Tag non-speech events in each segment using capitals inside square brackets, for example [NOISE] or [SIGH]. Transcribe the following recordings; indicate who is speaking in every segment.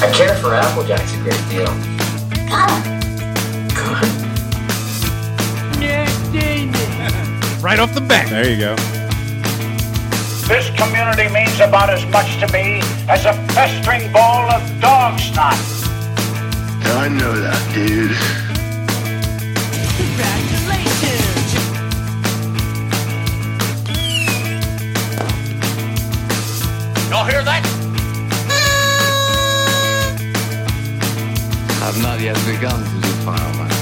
Speaker 1: A Jennifer Applejack's a great deal. God.
Speaker 2: Right off the bat.
Speaker 3: There you go.
Speaker 4: This community means about as much to me as a festering ball of dog snot.
Speaker 5: I know that, dude.
Speaker 4: Y'all hear that?
Speaker 6: I've not yet begun to defile myself.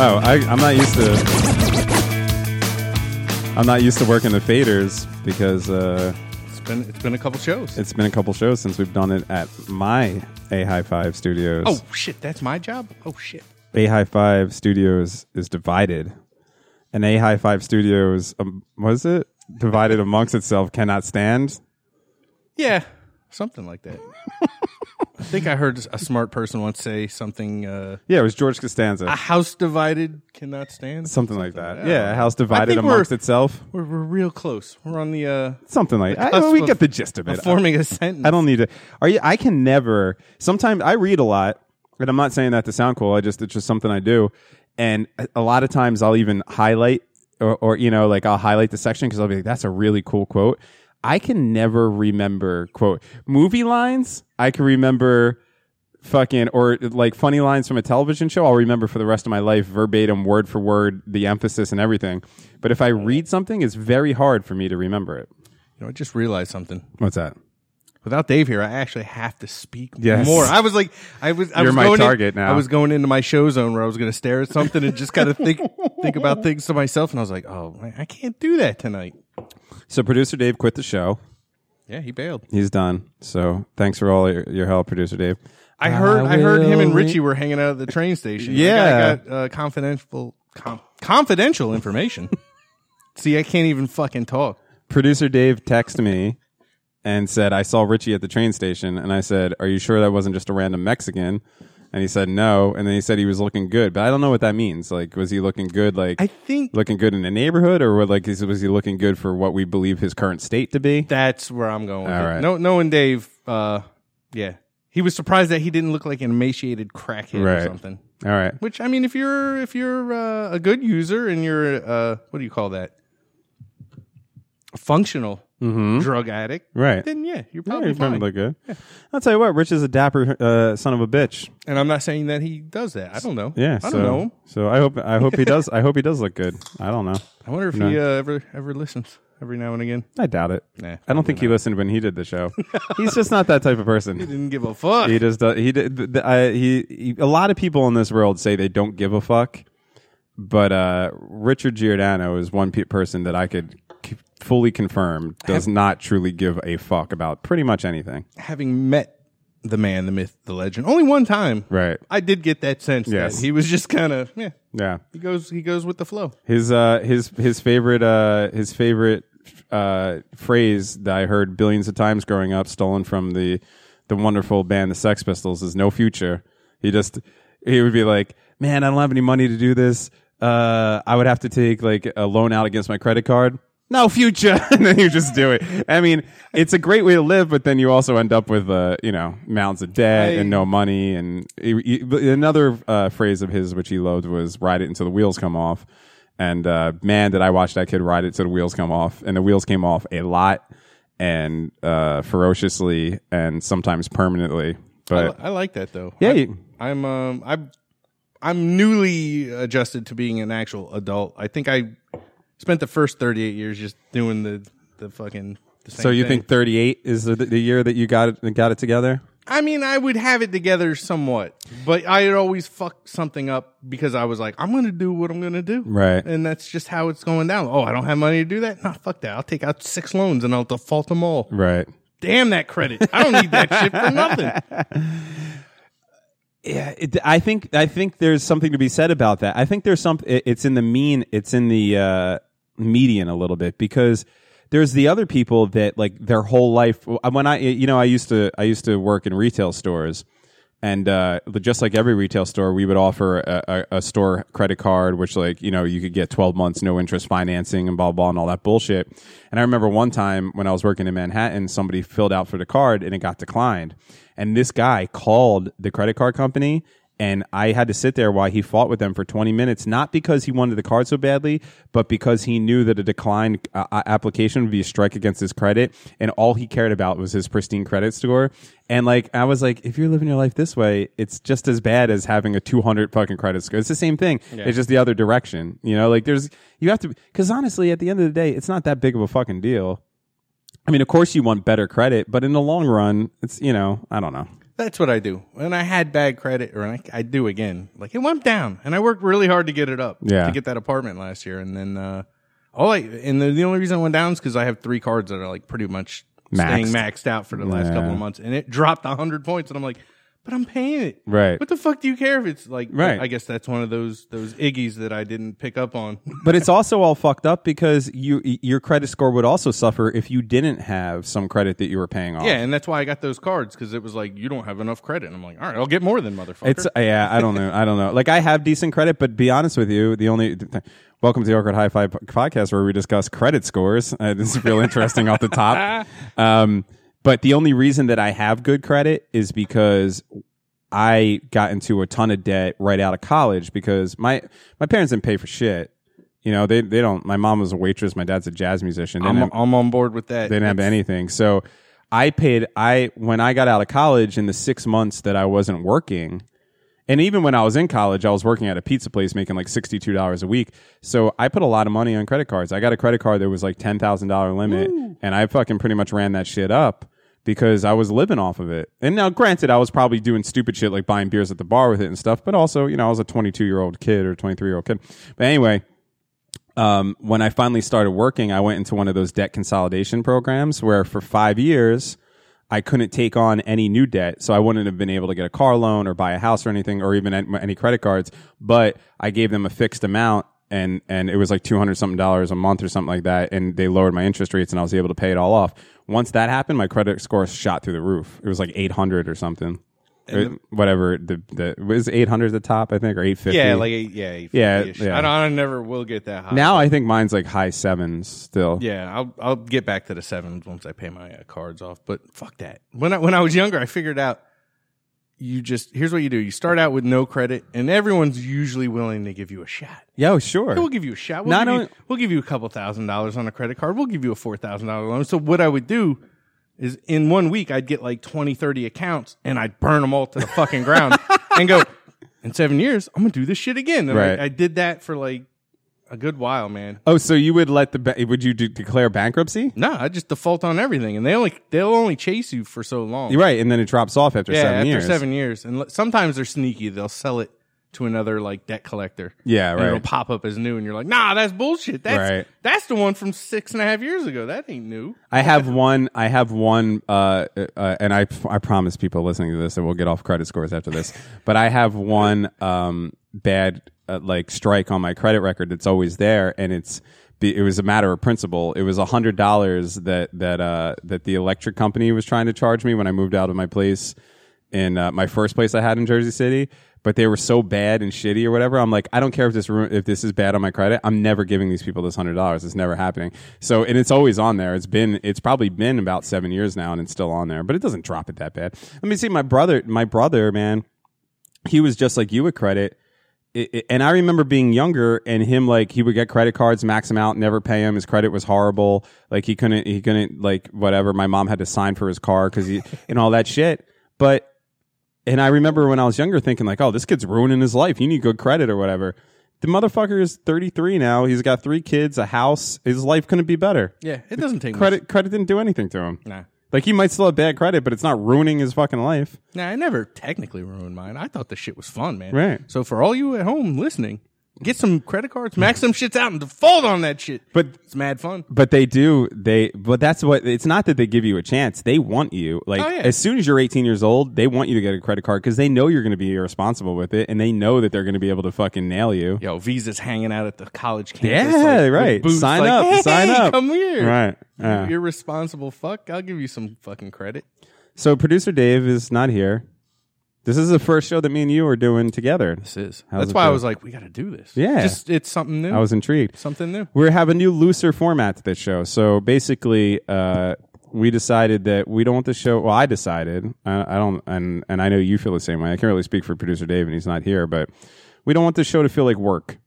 Speaker 3: Oh, I, I'm not used to. I'm not used to working at faders because uh,
Speaker 2: It's been it's been a couple shows.
Speaker 3: it's been a couple shows since we've done it at my A High Five Studios.
Speaker 2: Oh shit, that's my job. Oh shit.
Speaker 3: A High Five Studios is divided, and A High Five Studios um, was it divided amongst itself cannot stand.
Speaker 2: Yeah, something like that. [LAUGHS] I think I heard a smart person once say something. Uh,
Speaker 3: Yeah, it was George Costanza,
Speaker 2: a house divided cannot stand.
Speaker 3: something, like that.
Speaker 2: yeah.
Speaker 3: Yeah, a house divided
Speaker 2: think we're-
Speaker 3: amongst itself,
Speaker 2: We're, we're real close. We're on the uh,
Speaker 3: something like.
Speaker 2: The
Speaker 3: I,
Speaker 2: cusp
Speaker 3: we
Speaker 2: of-
Speaker 3: get the gist of
Speaker 2: of
Speaker 3: it.
Speaker 2: forming a sentence.
Speaker 3: I don't need to. Are you? I can never. Sometimes I read a lot, and I'm not saying that to sound cool. I just it's just something I do, and a- a lot of times I'll even highlight or, or you know like I'll highlight the section because I'll be like that's a really cool quote. I can never remember quote movie lines. I can remember fucking or like funny lines from a television show. I'll remember for the rest of my life verbatim, word for word, the emphasis and everything. But if I read something, it's very hard for me to remember it.
Speaker 2: You know, I just realized something.
Speaker 3: What's that?
Speaker 2: Without Dave here, I actually have to speak
Speaker 3: Yes.
Speaker 2: more. I was like, I was, I
Speaker 3: You're
Speaker 2: was
Speaker 3: my
Speaker 2: going in-
Speaker 3: target now.
Speaker 2: I was going into my show zone where I was going to stare at something and just kind of
Speaker 3: [LAUGHS]
Speaker 2: think, think about things to myself. And I was like, oh, man, I can't do that tonight.
Speaker 3: So producer Dave quit the show.
Speaker 2: Yeah, he bailed.
Speaker 3: he's done. So thanks for all your, your help, producer Dave.
Speaker 2: I heard, I, heard him and Richie were hanging out at the train station.
Speaker 3: Yeah.
Speaker 2: I got, I got, uh, confidential, com- confidential information. [LAUGHS] See, I can't even fucking talk.
Speaker 3: Producer Dave texted me and said, I saw Richie at the train station. And I said, Are you sure that wasn't just a random Mexican? And he said, No. And then he said he was looking good. But I don't know what that means. Like, was he looking good? Like,
Speaker 2: I think
Speaker 3: looking good in the neighborhood? Or what, like, is, was he looking good for what we believe his current state to be?
Speaker 2: that's where I'm going. With
Speaker 3: All
Speaker 2: it.
Speaker 3: right.
Speaker 2: No, knowing Dave, uh, yeah, he was surprised that he didn't look like an emaciated crackhead
Speaker 3: Right.
Speaker 2: or something.
Speaker 3: all right.
Speaker 2: Which I mean, if you're if you're uh, a good user and you're uh, what do you call that? A functional drug addict,
Speaker 3: Mm-hmm. Right.
Speaker 2: Then yeah, you're
Speaker 3: Yeah,
Speaker 2: probably
Speaker 3: he's
Speaker 2: fine.
Speaker 3: gonna look good. I'll tell you what, Rich is a dapper uh, son of a bitch.
Speaker 2: and I'm not saying that he does that. I don't know.
Speaker 3: Yeah,
Speaker 2: I don't
Speaker 3: so,
Speaker 2: know.
Speaker 3: So I hope I
Speaker 2: [LAUGHS]
Speaker 3: hope he does. I hope he does look good. I don't know.
Speaker 2: I wonder if
Speaker 3: No.
Speaker 2: he uh, ever ever listens every now and again.
Speaker 3: I doubt it.
Speaker 2: Nah,
Speaker 3: I don't think he listened when he did the show. He's just not that type of person.
Speaker 2: Didn't give a fuck.
Speaker 3: He just does, he did th- th- I, he, he a lot of people in this world say they don't give a fuck, but uh, Richard Giordano is one pe- person that I could c- fully confirm does not truly give a fuck about pretty much anything.
Speaker 2: Having met the man, the myth, the legend, only one time,
Speaker 3: Right.
Speaker 2: I did get that sense.
Speaker 3: Yes.
Speaker 2: that he was just kind of yeah.
Speaker 3: Yeah.
Speaker 2: He goes he goes with the flow.
Speaker 3: His uh his his favorite uh his favorite uh phrase that I heard billions of times growing up, stolen from the the wonderful band the Sex Pistols, is no future. He just he would be like, Man, I don't have any money to do this. Uh I would have to take like a loan out against my credit card. No future, [LAUGHS] and then you just do it. I mean, it's a great way to live, but then you also end up with, uh, you know, mounds of debt
Speaker 2: I-
Speaker 3: and no money. And he- he- but another uh, phrase of his, which he loved, was "ride it until the wheels come off." And uh, man, did I watch that kid ride it till the wheels come off. And the wheels came off a lot and uh, ferociously and sometimes permanently.
Speaker 2: I,
Speaker 3: But
Speaker 2: I like that though.
Speaker 3: yeah,
Speaker 2: I-
Speaker 3: you-
Speaker 2: I'm um I'm I'm newly adjusted to being an actual adult. I think I spent the first 38 years just doing the the fucking. The same
Speaker 3: so you
Speaker 2: thing.
Speaker 3: think 38 is the, the year that you got it got it together?
Speaker 2: I mean, I would have it together somewhat, but I'd always fuck something up because I was like, I'm going to do what I'm going to do.
Speaker 3: Right.
Speaker 2: And that's just how it's going down. Oh, I don't have money to do that? No, fuck that. I'll take out six loans and I'll default them all.
Speaker 3: Right.
Speaker 2: Damn that credit. I don't need that shit for nothing.
Speaker 3: Yeah, it, I think I think there's something to be said about that. I think there's some. It, it's in the mean. It's in the uh, median a little bit because there's the other people uh, that like their whole life. When I you know I used to I used to work in retail stores And uh, just like every retail store, we would offer a, a, a store credit card, which like you know you could get twelve months no interest financing and blah blah and all that bullshit. And I remember one time when I was working in Manhattan, somebody filled out for the card and it got declined. And this guy called the credit card company and I had to sit there while he fought with them for 20 minutes, not because he wanted the card so badly, but because he knew that a declined uh, uh, application would be a strike against his credit. And all he cared about was his pristine credit score. And like, I was like, if you're living your life this way, it's just as bad as having a 200 fucking credit score. It's the same thing. It's just the other direction. You know, like there's, you have to, cause honestly, at the end of the day, it's not that big of a fucking deal. I mean, of course you want better credit, but in the long run, it's, you know, I don't know.
Speaker 2: That's what I do. When I had bad credit, or I, I do again, like it went down, and I worked really hard to get it up.
Speaker 3: Yeah.
Speaker 2: To get that apartment last year, and then uh, all I and the, the only reason it went down is because I have three cards that are like pretty much staying
Speaker 3: Maxed.
Speaker 2: maxed out for the last
Speaker 3: Yeah.
Speaker 2: couple of months, and it dropped hundred points, and I'm like, but I'm paying it.
Speaker 3: Right.
Speaker 2: What the fuck do you care if it's like?
Speaker 3: Right.
Speaker 2: I guess that's one of those those iggies that I didn't pick up
Speaker 3: [LAUGHS]
Speaker 2: on.
Speaker 3: but it's also all fucked up because you your credit score would also suffer if you didn't have some credit that you were paying off.
Speaker 2: yeah, and that's why I got those cards because it was like you don't have enough credit. And I'm like, all right, I'll get more than motherfucker.
Speaker 3: It's yeah, I don't know, I don't know. Like I have decent credit, but be honest with you, the only welcome to the Awkward High Five podcast where we discuss credit scores. Uh, this is real interesting off the top.
Speaker 2: [LAUGHS]
Speaker 3: Um, but the only reason that I have good credit is because I got into a ton of debt right out of college because my my parents didn't pay for shit. You know, they they don't. My mom was a waitress. My dad's a jazz musician. They
Speaker 2: I'm,
Speaker 3: didn't have-
Speaker 2: I'm on board with that.
Speaker 3: they didn't have
Speaker 2: It's-
Speaker 3: anything. So I paid I when I got out of college in the six months that I wasn't working, and even when I was in college, I was working at a pizza place making like sixty two dollars a week. So I put a lot of money on credit cards. I got a credit card that was like ten thousand dollar limit, and I fucking pretty much ran that shit up. Because I was living off of it, and now granted, I was probably doing stupid shit like buying beers at the bar with it and stuff. But also, you know, I was a 22 year old kid or 23 year old kid. But anyway, um, when I finally started working, I went into one of those debt consolidation programs where for five years, I couldn't take on any new debt. So I wouldn't have been able to get a car loan or buy a house or anything or even an- any credit cards. But I gave them a fixed amount and, and it was like 200 something dollars a month or something like that. And they lowered my interest rates and I was able to pay it all off. Once that happened, my credit score shot through the roof. It was like 800 or something. Or whatever the, the was 800 the top, I think, or 850.
Speaker 2: Yeah, like eight- yeah, eight
Speaker 3: Yeah,
Speaker 2: fifty-ish.
Speaker 3: yeah.
Speaker 2: I, don't, I never will get that high.
Speaker 3: now I think mine's like high sevens still.
Speaker 2: yeah, I'll I'll get back to the sevens once I pay my uh, cards off. But fuck that. When I when I was younger, I figured out you just here's what you do. You start out with no credit, and everyone's usually willing to give you a shot.
Speaker 3: Yo, oh, sure.
Speaker 2: We'll give you a shot. We'll,
Speaker 3: Not
Speaker 2: give,
Speaker 3: only-
Speaker 2: you, we'll give you a couple thousand dollars on a credit card. We'll give you a four thousand dollar loan. So what I would do is in one week I'd get like 20, 30 accounts and I'd burn them all to the fucking ground
Speaker 3: [LAUGHS]
Speaker 2: and go. In seven years, I'm gonna do this shit again. And
Speaker 3: Right.
Speaker 2: I, I did that for like a good while, man.
Speaker 3: Oh, so you would let the ba- would you de- declare bankruptcy?
Speaker 2: No, I just default on everything, and they only they'll only chase you for so long.
Speaker 3: You're right, and then it drops off after
Speaker 2: Yeah,
Speaker 3: seven
Speaker 2: after
Speaker 3: years.
Speaker 2: seven years, and l- sometimes they're sneaky. They'll sell it to another like debt collector.
Speaker 3: Yeah,
Speaker 2: And
Speaker 3: right.
Speaker 2: it'll pop up as new, and you're like, nah, that's bullshit. That's
Speaker 3: Right.
Speaker 2: that's the one from six and a half years ago. That ain't new.
Speaker 3: I have one. I have one, uh, uh, and I I promise people listening to this that we'll get off credit scores
Speaker 2: [LAUGHS]
Speaker 3: after this. But I have one um, bad uh, like strike on my credit record that's always there, and it's be- it was a matter of principle. It was a hundred dollars that that uh, that the electric company was trying to charge me when I moved out of my place in uh, my first place I had in Jersey City. But they were so bad and shitty or whatever. I'm like, I don't care if this ru- if this is bad on my credit. I'm never giving these people this hundred dollars. It's never happening. So and it's always on there. It's been it's probably been about seven years now, and it's still on there. But it doesn't drop it that bad. Let me see. My brother, my brother, man, he was just like you with credit. It, it- and I remember being younger and him like he would get credit cards, max them out, never pay him. His credit was horrible. Like he couldn't, he couldn't like whatever. My mom had to sign for his car because he and all that shit. But and I remember when I was younger thinking like, oh, this kid's ruining his life. You need good credit or whatever. The motherfucker is 33 now. He's got three kids, a house. His life couldn't be better.
Speaker 2: Yeah, it doesn't take
Speaker 3: Credit credit didn't do anything to him.
Speaker 2: Nah.
Speaker 3: Like he might still have bad credit, but it's not ruining his fucking life.
Speaker 2: Nah, I never technically ruined mine. I thought the shit was fun, man.
Speaker 3: Right.
Speaker 2: So for all you at home listening, get some credit cards, max some shits out, and default on that shit.
Speaker 3: But
Speaker 2: it's mad fun.
Speaker 3: But they do. They but that's what it's not that they give you a chance. They want you. Like
Speaker 2: Oh, yeah.
Speaker 3: as soon as you're 18 years old, they want you to get a credit card because they know you're going to be irresponsible with it, and they know that they're going to be able to fucking nail you.
Speaker 2: Yo, Visa's hanging out at the college campus.
Speaker 3: Yeah,
Speaker 2: like, with
Speaker 3: right.
Speaker 2: booths,
Speaker 3: Sign
Speaker 2: like,
Speaker 3: up.
Speaker 2: "Hey,
Speaker 3: sign up.
Speaker 2: Come here.
Speaker 3: Right.
Speaker 2: You
Speaker 3: Yeah.
Speaker 2: irresponsible fuck. I'll give you some fucking credit.
Speaker 3: So producer Dave is not here. This is the first show that me and you are doing together.
Speaker 2: This is.
Speaker 3: How's
Speaker 2: That's
Speaker 3: it
Speaker 2: why I
Speaker 3: feel?
Speaker 2: was like, we got to do this.
Speaker 3: Yeah.
Speaker 2: Just, it's something new.
Speaker 3: I was intrigued.
Speaker 2: something new.
Speaker 3: we have a new looser format to this show. So basically, uh, we decided that we don't want the show. Well, I decided. I, I don't, and and I know you feel the same way. I can't really speak for producer Dave, and he's not here, but we don't want the show to feel like work.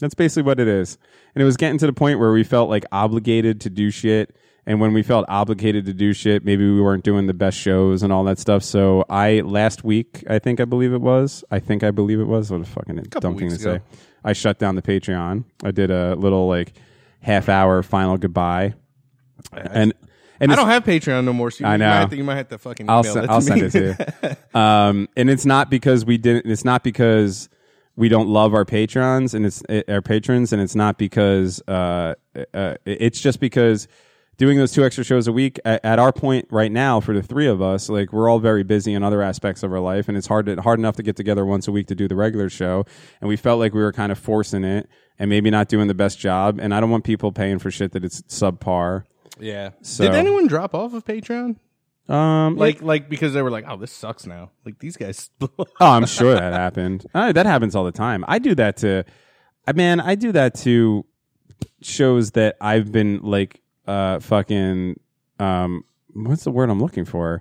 Speaker 3: That's basically what it is. And it was getting to the point where we felt like obligated to do shit. And when we felt obligated to do shit, maybe we weren't doing the best shows and all that stuff. So I last week, I think I believe it was. I think I believe it was. What a fucking dumb thing to
Speaker 2: weeks
Speaker 3: say.
Speaker 2: ago.
Speaker 3: I shut down the Patreon. I did a little like half hour final goodbye. And and
Speaker 2: I
Speaker 3: it's-
Speaker 2: don't have Patreon no more, so you,
Speaker 3: I know.
Speaker 2: Might, you might have to fucking email
Speaker 3: I'll,
Speaker 2: that
Speaker 3: sen-
Speaker 2: to
Speaker 3: I'll
Speaker 2: me.
Speaker 3: send it to you. um, and it's not because we didn't. It's not because we don't love our patrons and it's it, our patrons, and it's not because uh, uh, it's just because doing those two extra shows a week at, at our point right now for the three of us, like we're all very busy in other aspects of our life, and it's hard to, hard enough to get together once a week to do the regular show, and we felt like we were kind of forcing it. And maybe not doing the best job, and I don't want people paying for shit that it's subpar.
Speaker 2: [LAUGHS] yeah.
Speaker 3: So-
Speaker 2: Did anyone drop off of Patreon?
Speaker 3: Um,
Speaker 2: Like, like because they were like, oh, this sucks now. Like these guys. [LAUGHS]
Speaker 3: Oh, I'm sure that happened. [LAUGHS] Uh, that happens all the time. I do that to, I man, I do that to shows that I've been like, uh, fucking, um, what's the word I'm looking for?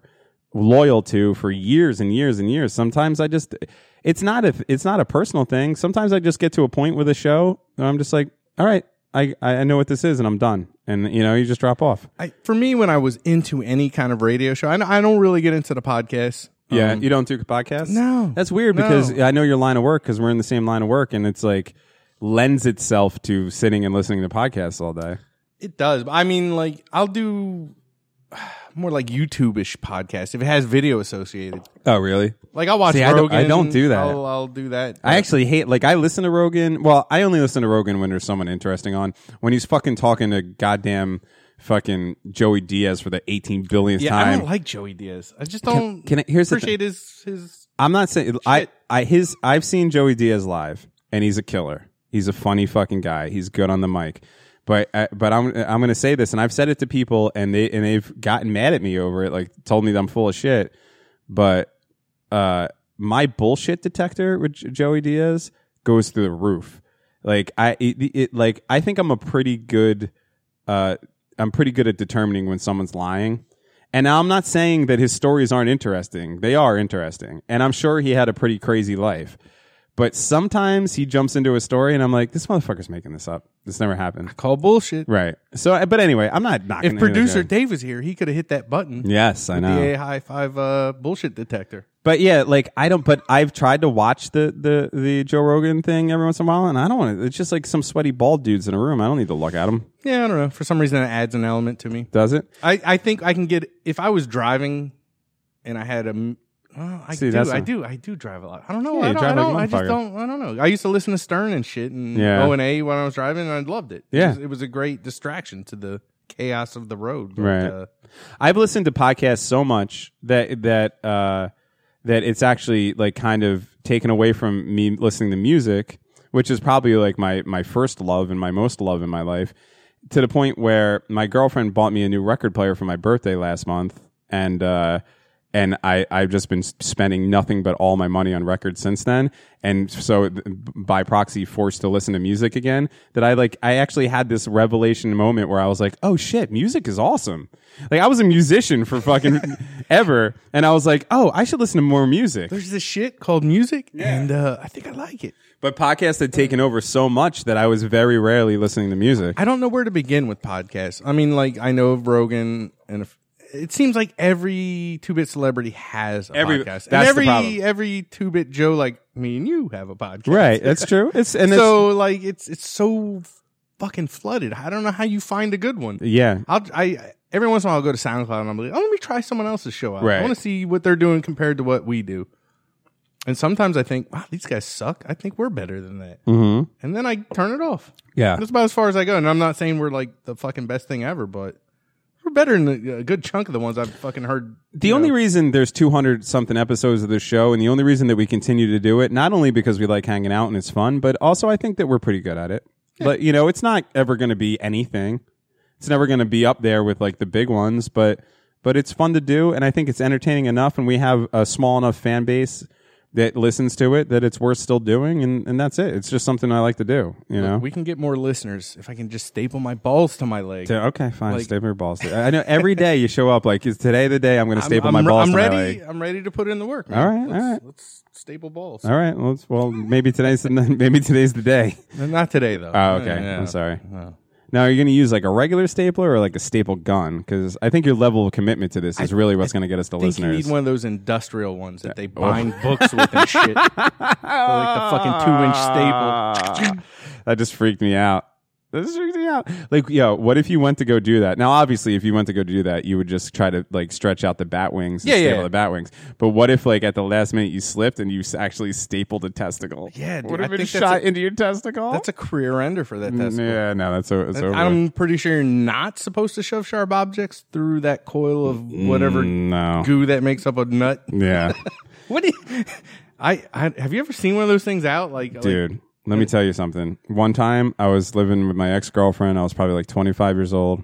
Speaker 3: Loyal to for years and years and years. Sometimes I just, it's not a, it's not a personal thing. Sometimes I just get to a point with a show and I'm just like, all right, I, I know what this is and I'm done. And you know, you just drop off.
Speaker 2: I, for me, when I was into any kind of radio show, I, don't- I don't really get into the podcast.
Speaker 3: Yeah,
Speaker 2: Um,
Speaker 3: you don't do podcasts.
Speaker 2: No.
Speaker 3: that's weird because
Speaker 2: No.
Speaker 3: I know your line of work because we're in the same line of work, and it's like lends itself to sitting and listening to podcasts all day.
Speaker 2: it does. But I mean, like I'll do [SIGHS] more like YouTube-ish podcast if it has video associated.
Speaker 3: Oh, really?
Speaker 2: Like I'll watch
Speaker 3: See, I don't-
Speaker 2: Rogan.
Speaker 3: I don't do that.
Speaker 2: I'll, I'll do that.
Speaker 3: I actually hate like I listen to Rogan. Well, I only listen to Rogan when there's someone interesting on. When he's fucking talking to goddamn fucking Joey Diaz for the 18 billionth
Speaker 2: yeah, I
Speaker 3: time.
Speaker 2: don't like Joey Diaz. I just don't
Speaker 3: can I- here's the
Speaker 2: appreciate his his.
Speaker 3: I'm not saying I, I his I've seen Joey Diaz live and he's a killer. He's a funny fucking guy. He's good on the mic. But I, but I'm I'm going to say this and I've said it to people and they and they've gotten mad at me over it like told me that I'm full of shit. But uh my bullshit detector with J- Joey Diaz goes through the roof. Like I it, it like I think I'm a pretty good uh I'm pretty good at determining when someone's lying. And now I'm not saying that his stories aren't interesting. They are interesting. And I'm sure he had a pretty crazy life. But sometimes he jumps into a story and I'm like, this motherfucker's making this up. This never happened.
Speaker 2: Call bullshit.
Speaker 3: Right. So, but anyway, I'm not knocking
Speaker 2: If
Speaker 3: any of the
Speaker 2: producer
Speaker 3: guys.
Speaker 2: Dave was here, he could have hit that button.
Speaker 3: Yes, I know.
Speaker 2: DA high five uh, bullshit detector.
Speaker 3: But yeah, like I don't. But I've tried to watch the the the Joe Rogan thing every once in a while, and I don't want to. It's just like some sweaty bald dudes in a room. I don't need to look at them.
Speaker 2: Yeah, I don't know. For some reason, it adds an element to me.
Speaker 3: Does it?
Speaker 2: I, I think I can get if I was driving, and I had a. m- Well, I
Speaker 3: See,
Speaker 2: do,
Speaker 3: that's
Speaker 2: I
Speaker 3: a-
Speaker 2: do, I do drive a lot. I don't know.
Speaker 3: Yeah,
Speaker 2: I
Speaker 3: you
Speaker 2: don't. I,
Speaker 3: drive like a
Speaker 2: don't I just
Speaker 3: motherfucker.
Speaker 2: don't. I don't know. I used to listen to Stern and shit and
Speaker 3: Yeah.
Speaker 2: O and A when I was driving, and I loved it. it
Speaker 3: Yeah.
Speaker 2: was, it was a great distraction to the chaos of the road. But,
Speaker 3: Right.
Speaker 2: uh,
Speaker 3: I've listened to podcasts so much that that uh, that it's actually like kind of taken away from me listening to music, which is probably like my my first love and my most love in my life. To the point where my girlfriend bought me a new record player for my birthday last month, and uh, and I I've just been s- spending nothing but all my money on records since then, and so th- by proxy forced to listen to music again. That I like I actually had this revelation moment where I was like, oh shit, music is awesome. Like I was a musician for fucking [LAUGHS] ever, and I was like, oh, I should listen to more music.
Speaker 2: there's this shit called music, and uh, I think I like it.
Speaker 3: But podcasts had taken over so much that I was very rarely listening to music.
Speaker 2: I don't know where to begin with podcasts. I mean, like I know of Rogan, and if, it seems like every two bit celebrity has a podcast.
Speaker 3: Every-
Speaker 2: and
Speaker 3: that's the
Speaker 2: every
Speaker 3: problem.
Speaker 2: every two bit Joe like me and you have a podcast,
Speaker 3: Right, that's true. It's and
Speaker 2: so like it's it's so fucking flooded. I don't know how you find a good one.
Speaker 3: it's, yeah,
Speaker 2: I'll I every once in a while I'll go to SoundCloud and I'm like, oh, let me try someone else's show out.
Speaker 3: Right.
Speaker 2: I want to see what they're doing compared to what we do. And sometimes I think, wow, these guys suck. I think we're better than that.
Speaker 3: Mhm.
Speaker 2: And then I turn it off.
Speaker 3: yeah.
Speaker 2: That's about as far as I go. And I'm not saying we're like the fucking best thing ever, but we're better than a good chunk of the ones I've fucking heard.
Speaker 3: The
Speaker 2: you
Speaker 3: only
Speaker 2: know.
Speaker 3: reason there's 200 something episodes of this show, and the only reason that we continue to do it, not only because we like hanging out and it's fun, but also I think that we're pretty good at it. But you know, it's not ever going to be anything. It's never going to be up there with like the big ones, but but it's fun to do, and I think it's entertaining enough, and we have a small enough fan base that listens to it that it's worth still doing, and, and that's it. It's just something I like to do. You know.
Speaker 2: We can get more listeners if I can just staple my balls to my leg.
Speaker 3: To- okay, fine.
Speaker 2: Like-
Speaker 3: staple your balls. to- I I know every day you show up like, is today the day [LAUGHS] I'm going to
Speaker 2: I'm-
Speaker 3: staple
Speaker 2: I'm,
Speaker 3: my
Speaker 2: re-
Speaker 3: balls
Speaker 2: I'm
Speaker 3: to
Speaker 2: ready.
Speaker 3: my leg?
Speaker 2: I'm ready to put in the work. man.
Speaker 3: All right,
Speaker 2: Let's-
Speaker 3: all right.
Speaker 2: Let's staple balls.
Speaker 3: All right. Well, it's- well, maybe today's the, [LAUGHS] maybe today's the day.
Speaker 2: Not today though.
Speaker 3: Oh, okay.
Speaker 2: Yeah.
Speaker 3: I'm sorry.
Speaker 2: No.
Speaker 3: Now, are you going to use like a regular stapler or like a staple gun? Because I think your level of commitment to this is really what's going to get us the
Speaker 2: I think you
Speaker 3: listeners. oh.
Speaker 2: need one of those industrial ones that they bind books with and
Speaker 3: [LAUGHS]
Speaker 2: shit. They're like the fucking two inch staple.
Speaker 3: Ah, [LAUGHS] that just freaked me out. That just freaked me out. Like, yo, what if you went to go do that? Now, obviously, if you went to go do that, you would just try to like stretch out the bat wings and
Speaker 2: Yeah, yeah,
Speaker 3: staple
Speaker 2: yeah.
Speaker 3: the bat wings. But what if, like, at the last minute you slipped and you s- actually stapled a testicle?
Speaker 2: Yeah, dude,
Speaker 3: would
Speaker 2: I
Speaker 3: have been
Speaker 2: think that's
Speaker 3: shot
Speaker 2: a-
Speaker 3: into your testicle.
Speaker 2: That's a career ender for that test.
Speaker 3: yeah, no, that's, o- it's over.
Speaker 2: I'm pretty sure you're not supposed to shove sharp objects through that coil of whatever
Speaker 3: Mm, no.
Speaker 2: goo that makes up a
Speaker 3: [LAUGHS]
Speaker 2: nut.
Speaker 3: yeah,
Speaker 2: What do you, I, I have you ever seen one of those things out? Like, like-
Speaker 3: dude. Let me tell you something. One time I was living with my ex girlfriend. I was probably like 25 years old.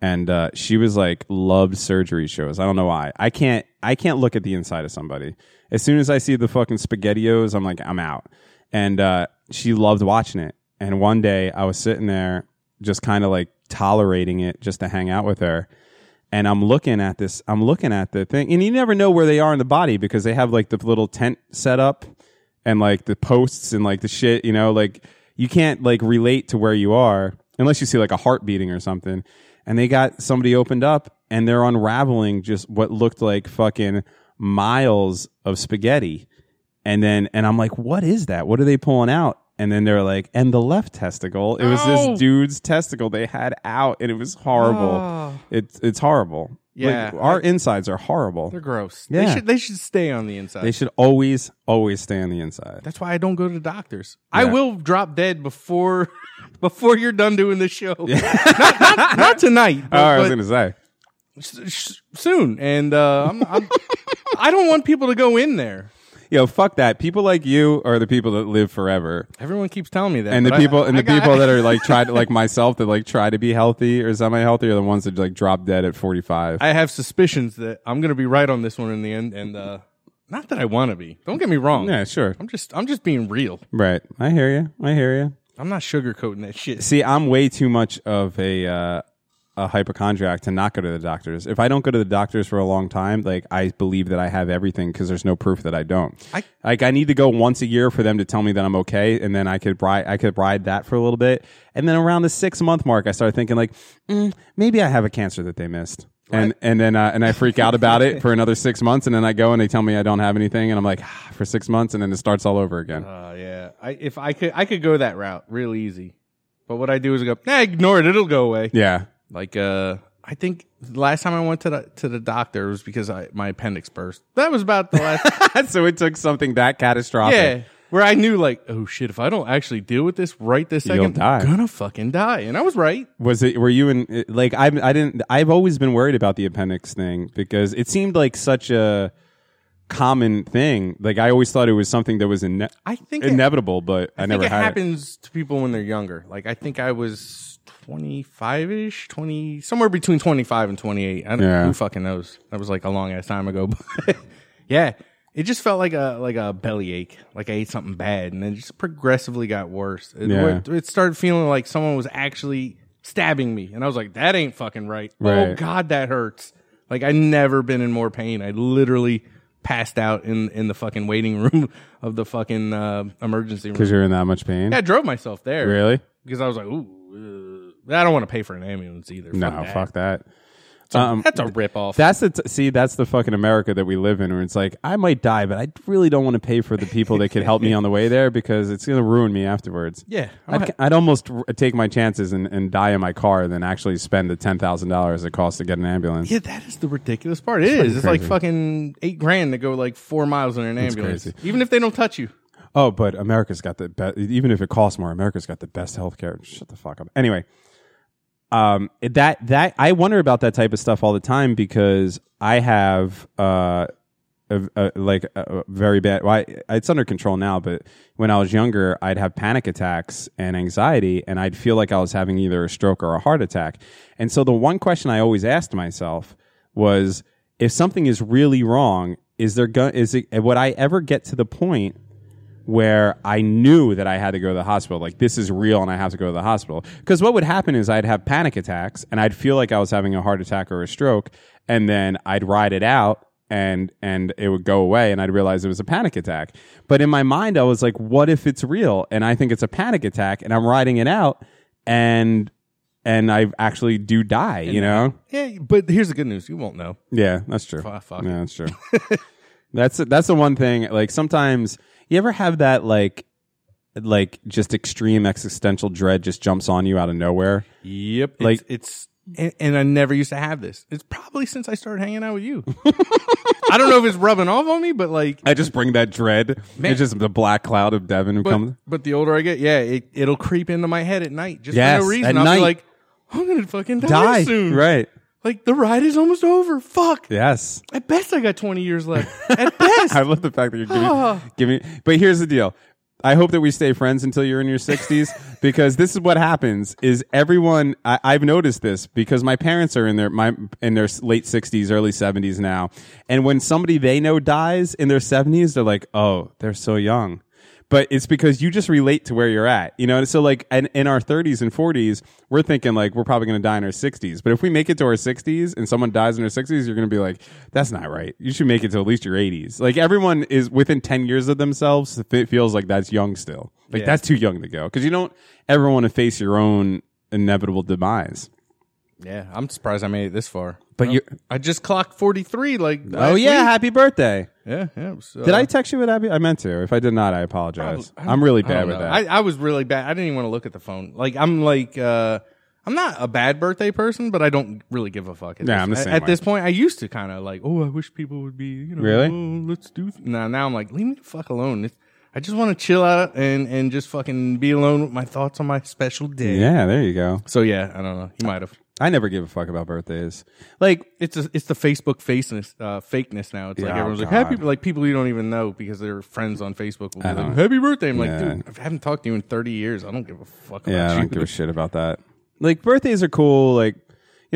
Speaker 3: And uh, she was like loved surgery shows. I don't know why. I can't. I can't look at the inside of somebody. As soon as I see the fucking spaghettios, I'm like, I'm out. And uh, she loved watching it. And one day I was sitting there, just kind of like tolerating it, just to hang out with her. and I'm looking at this, I'm looking at the thing, and you never know where they are in the body because they have like the little tent set up and like the posts and like the shit, you know, like you can't like relate to where you are unless you see like a heart beating or something. And they got somebody opened up and they're unraveling just what looked like fucking miles of spaghetti. And then, and I'm like, what is that? What are they pulling out? And then they're like, and the left testicle. It was
Speaker 2: Ow.
Speaker 3: this dude's testicle they had out, and it was horrible.
Speaker 2: Oh.
Speaker 3: It's it's horrible.
Speaker 2: Yeah.
Speaker 3: Like, our insides are horrible.
Speaker 2: They're gross. They
Speaker 3: Yeah.
Speaker 2: should they should stay on the inside.
Speaker 3: They should always always stay on the inside.
Speaker 2: That's why I don't go to doctors. I
Speaker 3: Yeah.
Speaker 2: will drop dead before [LAUGHS] before you're done doing this show. [LAUGHS] not, not, not
Speaker 3: [LAUGHS]
Speaker 2: tonight. But,
Speaker 3: Oh, I was
Speaker 2: but
Speaker 3: gonna say.
Speaker 2: s- s- soon. And uh, I'm, I'm, [LAUGHS] I don't want people to go in there.
Speaker 3: Yo, fuck that. People like you are the people that live forever.
Speaker 2: Everyone keeps telling me that.
Speaker 3: And the
Speaker 2: but I-
Speaker 3: people and
Speaker 2: I
Speaker 3: the
Speaker 2: got-
Speaker 3: people that are like try to like myself that like try to be healthy or semi healthy are the ones that like drop dead at forty five.
Speaker 2: [LAUGHS] I have suspicions that I'm going to be right on this one in the end. And uh, not that I want to be. Don't get me wrong.
Speaker 3: Yeah, sure.
Speaker 2: I'm just I'm just being real.
Speaker 3: Right. I hear you. I hear you.
Speaker 2: I'm not sugarcoating that shit. [LAUGHS]
Speaker 3: See, I'm way too much of a uh, a hypochondriac to not go to the doctors. If I don't go to the doctors for a long time, like I believe that I have everything because there's no proof that I don't.
Speaker 2: I-
Speaker 3: like I need to go once a year for them to tell me that I'm okay, and then I could ride I could ride that for a little bit, and then around the six month mark, I started thinking like mm, maybe I have a cancer that they missed. And and then uh, and I freak out about it for another six months, and then I go and they tell me I don't have anything, and I'm like ah, for six months, and then it starts all over again.
Speaker 2: Uh, yeah. I, if I could I could go that route real easy. But what I do is I go, nah, ignore it. It'll go away.
Speaker 3: yeah, [LAUGHS]
Speaker 2: Like uh I think the last time I went to the to the doctor was because I my appendix burst. That was about the
Speaker 3: [LAUGHS]
Speaker 2: last
Speaker 3: so it took something that catastrophic.
Speaker 2: Yeah. Where I knew like, oh shit, if I don't actually deal with this right this 2nd
Speaker 3: You'll die.
Speaker 2: I'm gonna fucking die. And I was right.
Speaker 3: was it were you in like I I didn't I've always been worried about the appendix thing because it seemed like such a common thing like I always thought it was something that was ine-
Speaker 2: I think it-
Speaker 3: inevitable but I,
Speaker 2: I,
Speaker 3: never
Speaker 2: think it
Speaker 3: had
Speaker 2: happens to people when they're younger. Like I think I was twenty five ish, twenty somewhere between twenty five and twenty eight. I don't
Speaker 3: Yeah.
Speaker 2: who fucking knows. That was like a long ass time ago. [LAUGHS] But yeah. It just felt like a like a belly ache, like I ate something bad, and then it just progressively got worse. It,
Speaker 3: Yeah.
Speaker 2: it started feeling like someone was actually stabbing me, and I was like, "That ain't fucking right." Oh
Speaker 3: Right.
Speaker 2: god, that hurts! Like I never been in more pain. I literally passed out in in the fucking waiting [LAUGHS] room of the fucking uh, emergency room.
Speaker 3: because you're in that much pain
Speaker 2: Yeah, I drove myself there.
Speaker 3: really
Speaker 2: Because I was like, ooh, uh, I don't want to pay for an ambulance either.
Speaker 3: no
Speaker 2: fuck that.
Speaker 3: fuck that um
Speaker 2: That's a ripoff.
Speaker 3: that's the t- see that's the fucking America that we live in where it's like I might die but I really don't want to pay for the people that could help me on the way there because it's gonna ruin me afterwards
Speaker 2: yeah. I'm
Speaker 3: I'd,
Speaker 2: ha-
Speaker 3: I'd almost r- take my chances and, and die in my car than actually spend the ten thousand dollars it costs to get an ambulance.
Speaker 2: yeah, that is the ridiculous part. It is. It's like
Speaker 3: crazy.
Speaker 2: fucking eight grand to go like four miles in an ambulance,
Speaker 3: crazy.
Speaker 2: even if they don't touch you.
Speaker 3: Oh, but America's got the best. Even if it costs more, America's got the best health care. Shut the fuck up. Anyway, um, that that I wonder about that type of stuff all the time because I have uh, a, a, like a, a very bad. Well, I, it's under control now, but when I was younger, I'd have panic attacks and anxiety, and I'd feel like I was having either a stroke or a heart attack. And so the one question I always asked myself was, if something is really wrong is there go- is it would I ever get to the point where I knew that I had to go to the hospital? Like this is real and I have to go to the hospital. Because what would happen is I'd have panic attacks and I'd feel like I was having a heart attack or a stroke, and then I'd ride it out and and it would go away and I'd realize it was a panic attack. But in my mind I was like, what if it's real and I think it's a panic attack and I'm riding it out and and I actually do die, you know?
Speaker 2: Yeah, but here's the good news: you won't know.
Speaker 3: Yeah, that's true.
Speaker 2: Fuck, fuck.
Speaker 3: Yeah, that's true. [LAUGHS] that's that's the one thing. Like sometimes you ever have that like like just extreme existential dread just jumps on you out of nowhere.
Speaker 2: Yep.
Speaker 3: Like-
Speaker 2: Like it's, and, and I never used to have this. It's probably since I started hanging out with you. [LAUGHS] I don't know if it's rubbing off on me, but like,
Speaker 3: I just bring that dread.
Speaker 2: Man.
Speaker 3: It's just the black cloud of Devin
Speaker 2: but,
Speaker 3: comes.
Speaker 2: but the older I get, yeah, it, it'll creep into my head at night just
Speaker 3: Yes,
Speaker 2: for no reason.
Speaker 3: at
Speaker 2: I'll
Speaker 3: night.
Speaker 2: be like, I'm gonna fucking die,
Speaker 3: Die
Speaker 2: soon.
Speaker 3: right?
Speaker 2: Like the ride is almost over. Fuck.
Speaker 3: Yes.
Speaker 2: At best, I got 20 years [LAUGHS] left. At best.
Speaker 3: I love the fact that you're giving, giving. But here's the deal. I hope that we stay friends until you're in your 60s because this is what happens is everyone I, I've noticed this because my parents are in their my in their late 60s early 70s now and when somebody they know dies in their 70s they're like oh they're so young but it's because you just relate to where you're at you know and so like in, in our 30s and 40s we're thinking like we're probably going to die in our 60s but if we make it to our 60s and someone dies in their 60s you're going to be like that's not right you should make it to at least your 80s like everyone is within 10 years of themselves it feels like that's young still like
Speaker 2: Yeah.
Speaker 3: that's too young to go because you don't ever want to face your own inevitable demise
Speaker 2: yeah, I'm surprised I made it this far.
Speaker 3: But
Speaker 2: Oh,
Speaker 3: you-
Speaker 2: I just clocked 43. Like,
Speaker 3: oh
Speaker 2: last
Speaker 3: yeah
Speaker 2: week.
Speaker 3: happy birthday
Speaker 2: yeah, yeah. it was, uh,
Speaker 3: did I text you with happy? I meant to. If I did not, I apologize.
Speaker 2: Probably- I
Speaker 3: I'm really
Speaker 2: I don't
Speaker 3: bad with
Speaker 2: know.
Speaker 3: that.
Speaker 2: I, I was really bad. I didn't even want to look at the phone. Like I'm like uh I'm not a bad birthday person, but I don't really give a fuck. At
Speaker 3: Yeah,
Speaker 2: this.
Speaker 3: I'm the
Speaker 2: at-
Speaker 3: same
Speaker 2: at
Speaker 3: way.
Speaker 2: this point, I used to kind of like, oh, I wish people would be, you know,
Speaker 3: Really?
Speaker 2: "Oh, let's do. Th-. Now, now I'm like, leave me the fuck alone. It's, I just want to chill out and and just fucking be alone with my thoughts on my special day.
Speaker 3: yeah, there you go.
Speaker 2: So yeah, I don't know. You might have.
Speaker 3: I never give a fuck about birthdays. Like
Speaker 2: It's a, it's the Facebook faceness, uh, fakeness now. It's like
Speaker 3: Yeah,
Speaker 2: everyone's
Speaker 3: oh
Speaker 2: like happy,
Speaker 3: God.
Speaker 2: like people you don't even know because they're friends on Facebook will be
Speaker 3: I
Speaker 2: like,
Speaker 3: don't-
Speaker 2: "Happy birthday!" I'm
Speaker 3: Yeah.
Speaker 2: like, "Dude, I haven't talked to you in 30 years. I don't give a fuck about
Speaker 3: Yeah, I
Speaker 2: you."
Speaker 3: don't
Speaker 2: [LAUGHS]
Speaker 3: give a shit about that. Like birthdays are cool. Like, you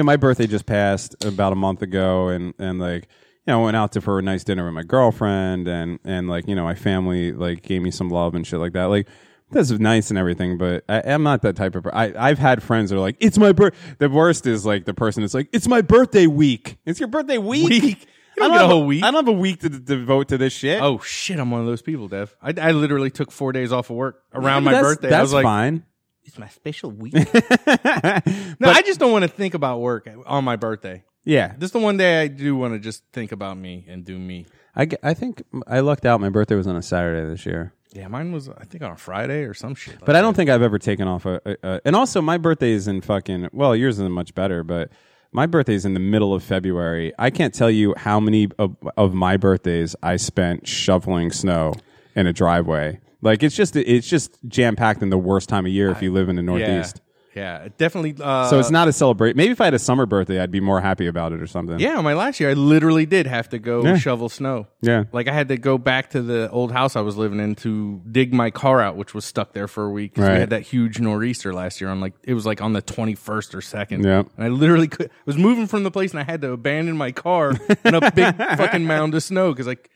Speaker 3: know, my birthday just passed about a month ago, and and like, you know, I went out to for a nice dinner with my girlfriend, and and like, you know, my family like gave me some love and shit like that. Like. This is nice and everything, but I, I'm not that type of. per- I, I've had friends that are like, "It's my birth." The worst is like the person that's like, "It's my birthday week." It's your birthday week.
Speaker 2: Week? You don't
Speaker 3: I
Speaker 2: get a
Speaker 3: have
Speaker 2: whole week.
Speaker 3: I don't have a week to d- devote to this shit.
Speaker 2: Oh shit! I'm one of those people, Dev. I, I literally took four days off of work around my
Speaker 3: That's-
Speaker 2: birthday.
Speaker 3: That's
Speaker 2: I was like, [LAUGHS]
Speaker 3: fine. [LAUGHS]
Speaker 2: "It's my special week." no, I just don't want to think about work on my birthday.
Speaker 3: Yeah,
Speaker 2: This is the one day I do want to just think about me and do me.
Speaker 3: I, g- I think I lucked out. My birthday was on a Saturday this year,
Speaker 2: Yeah, mine was I think on a Friday or some shit.
Speaker 3: but I don't think I've ever taken off a. a, a and also, my birthday is in fucking. Well, yours isn't much better, but my birthday is in the middle of February. I can't tell you how many of, of my birthdays I spent shoveling snow in a driveway. Like it's just it's just jam packed in the worst time of year if you live in the
Speaker 2: yeah,
Speaker 3: Northeast.
Speaker 2: yeah, definitely. Uh,
Speaker 3: So it's not a celebrate. Maybe if I had a summer birthday, I'd be more happy about it or something.
Speaker 2: Yeah, my last year, I literally did have to go
Speaker 3: Yeah.
Speaker 2: shovel snow.
Speaker 3: Yeah.
Speaker 2: like I had to go back to the old house I was living in to dig my car out, which was stuck there for a week. 'cause
Speaker 3: Right.
Speaker 2: We had that huge nor'easter last year on like it was like on the twenty first or second.
Speaker 3: Yeah.
Speaker 2: and I literally could, I was moving from the place and I had to abandon my car in a
Speaker 3: [LAUGHS]
Speaker 2: big fucking mound of snow because like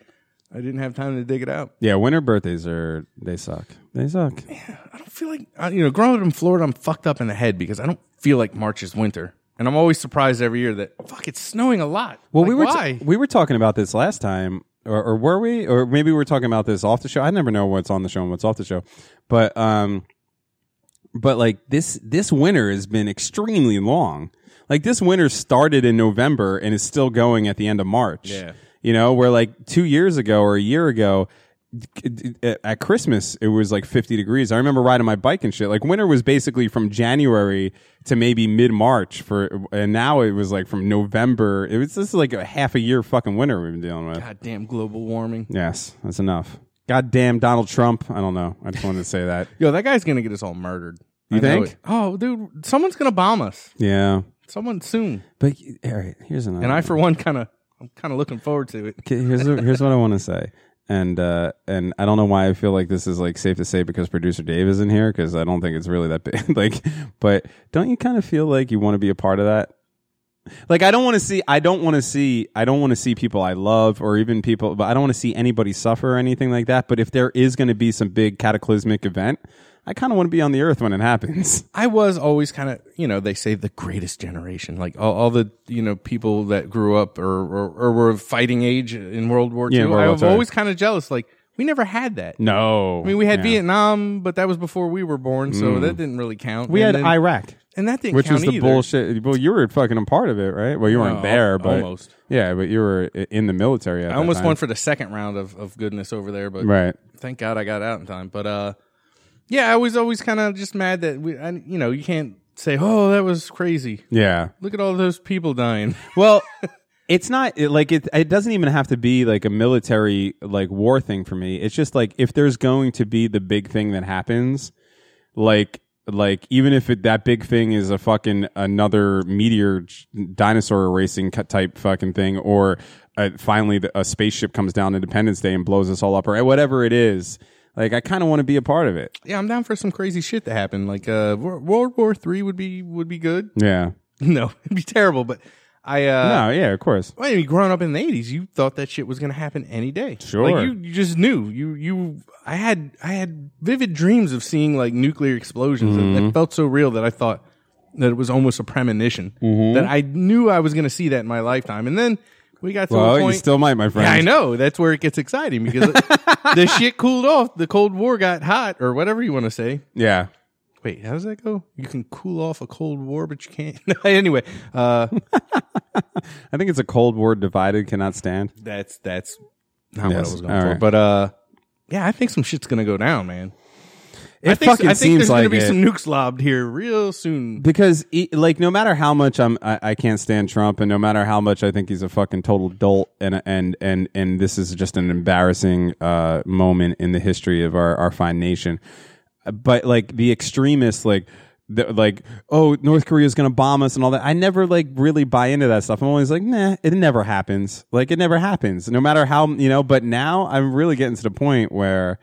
Speaker 2: I didn't have time to dig it out.
Speaker 3: yeah. Winter birthdays are they suck. They suck.
Speaker 2: I don't feel like I, you know, growing up in Florida, I'm fucked up in the head because I don't feel like March is winter. And I'm always surprised every year that fuck it's snowing a lot.
Speaker 3: Well,
Speaker 2: Like,
Speaker 3: we were
Speaker 2: why?
Speaker 3: we were talking about this last time, or, or were we? Or maybe we were talking about this off the show. I never know what's on the show and what's off the show, but um, but like this this winter has been extremely long. Like this winter started in November and is still going at the end of March.
Speaker 2: Yeah.
Speaker 3: you know, where like two years ago or a year ago. d- d- At Christmas, it was like 50 degrees. I remember riding my bike and shit. Like winter was basically from January to maybe mid March for, and now it was like from November. It was this is like a half a year fucking winter we've been dealing with.
Speaker 2: goddamn global warming.
Speaker 3: Yes, that's enough. Goddamn Donald Trump. I don't know. I just wanted to say that.
Speaker 2: Yo, that guy's gonna get us all murdered.
Speaker 3: You
Speaker 2: I know
Speaker 3: think?
Speaker 2: it. Oh, dude, someone's gonna bomb us.
Speaker 3: Yeah.
Speaker 2: Someone soon.
Speaker 3: But all right, here's another.
Speaker 2: And I, for one, kind of, I'm kind of looking forward to it.
Speaker 3: Okay, here's here's what I want to say, and uh, and I don't know why I feel like this is like safe to say because producer Dave isn't here [LAUGHS] because I don't think it's really that big. like, but don't you kind of feel like you want to be a part of that? Like I don't want to see I don't want to see I don't want to see people I love or even people but I don't want to see anybody suffer or anything like that. But if there is going to be some big cataclysmic event, I kind of want to be on the earth when it happens.
Speaker 2: I was always kind of, you know, they say the greatest generation, like all, all the, you know, people that grew up or, or, or were fighting age in World War II.
Speaker 3: Yeah, World
Speaker 2: I
Speaker 3: War
Speaker 2: was
Speaker 3: II.
Speaker 2: always kind of jealous. Like, we never had that.
Speaker 3: No,
Speaker 2: I mean, we had
Speaker 3: Yeah. Mm.
Speaker 2: Vietnam, but that was before we were born, so that didn't really count.
Speaker 3: we
Speaker 2: And
Speaker 3: had
Speaker 2: then-
Speaker 3: Iraq,
Speaker 2: and that didn't
Speaker 3: which
Speaker 2: count
Speaker 3: was the
Speaker 2: either.
Speaker 3: bullshit. Well, you were fucking a part of it, right? Well, you weren't
Speaker 2: No,
Speaker 3: there, but
Speaker 2: almost.
Speaker 3: Yeah, but you were i- in the military. At
Speaker 2: I
Speaker 3: that
Speaker 2: almost
Speaker 3: time.
Speaker 2: went for the second round of, of goodness over there, but
Speaker 3: right.
Speaker 2: thank God I got out in time. But uh, yeah, I was always kind of just mad that we, I, you know, you can't say, "Oh, that was crazy."
Speaker 3: Yeah.
Speaker 2: Look at all those people dying. [LAUGHS]
Speaker 3: Well, [LAUGHS] it's not it, like it. It doesn't even have to be like a military like war thing for me. It's just like if there's going to be the big thing that happens, like like even if it, that big thing is a fucking another meteor j- dinosaur racing cu- type fucking thing, or uh, finally the, a spaceship comes down Independence Day and blows us all up, or whatever it is. Like I kind of want to be a part of it.
Speaker 2: yeah, I'm down for some crazy shit to happen. Like uh, Wor- World War Three would be would be good. [LAUGHS]
Speaker 3: Yeah.
Speaker 2: No, it'd be terrible. But I uh,
Speaker 3: No. Yeah. Of course.
Speaker 2: Well, I mean, growing up in the eighties, you thought that shit was going to happen any day.
Speaker 3: Sure.
Speaker 2: like you, you just knew. You, you, I had, I had vivid dreams of seeing like nuclear explosions.
Speaker 3: Mm-hmm.
Speaker 2: It, it felt so real that I thought that it was almost a premonition
Speaker 3: Mm-hmm.
Speaker 2: that I knew I was going to see that in my lifetime. And then we got to a
Speaker 3: Well, you
Speaker 2: point.
Speaker 3: still might, my
Speaker 2: [LAUGHS]
Speaker 3: friend.
Speaker 2: Yeah, I know. That's where it gets exciting
Speaker 3: [LAUGHS]
Speaker 2: because the shit cooled off. The Cold War got hot, or whatever you want to say.
Speaker 3: Yeah.
Speaker 2: Wait, how does that go? You can cool off a Cold War, but you can't. [LAUGHS] anyway, uh,
Speaker 3: I think it's a cold war divided cannot stand.
Speaker 2: that's that's not what I
Speaker 3: Yes.
Speaker 2: was going
Speaker 3: All
Speaker 2: for.
Speaker 3: right.
Speaker 2: But uh, yeah, I think some shit's gonna go down, man.
Speaker 3: It
Speaker 2: I think,
Speaker 3: fucking
Speaker 2: I think
Speaker 3: seems
Speaker 2: there's
Speaker 3: like
Speaker 2: gonna be
Speaker 3: it.
Speaker 2: some nukes lobbed here real soon.
Speaker 3: because e like no matter how much I'm I, I can't stand Trump and no matter how much I think he's a fucking total dolt and and and and this is just an embarrassing uh moment in the history of our our fine nation but like the extremists like the, like oh North Korea's gonna bomb us and all that I never like really buy into that stuff I'm always like nah it never happens like it never happens no matter how you know but now I'm really getting to the point where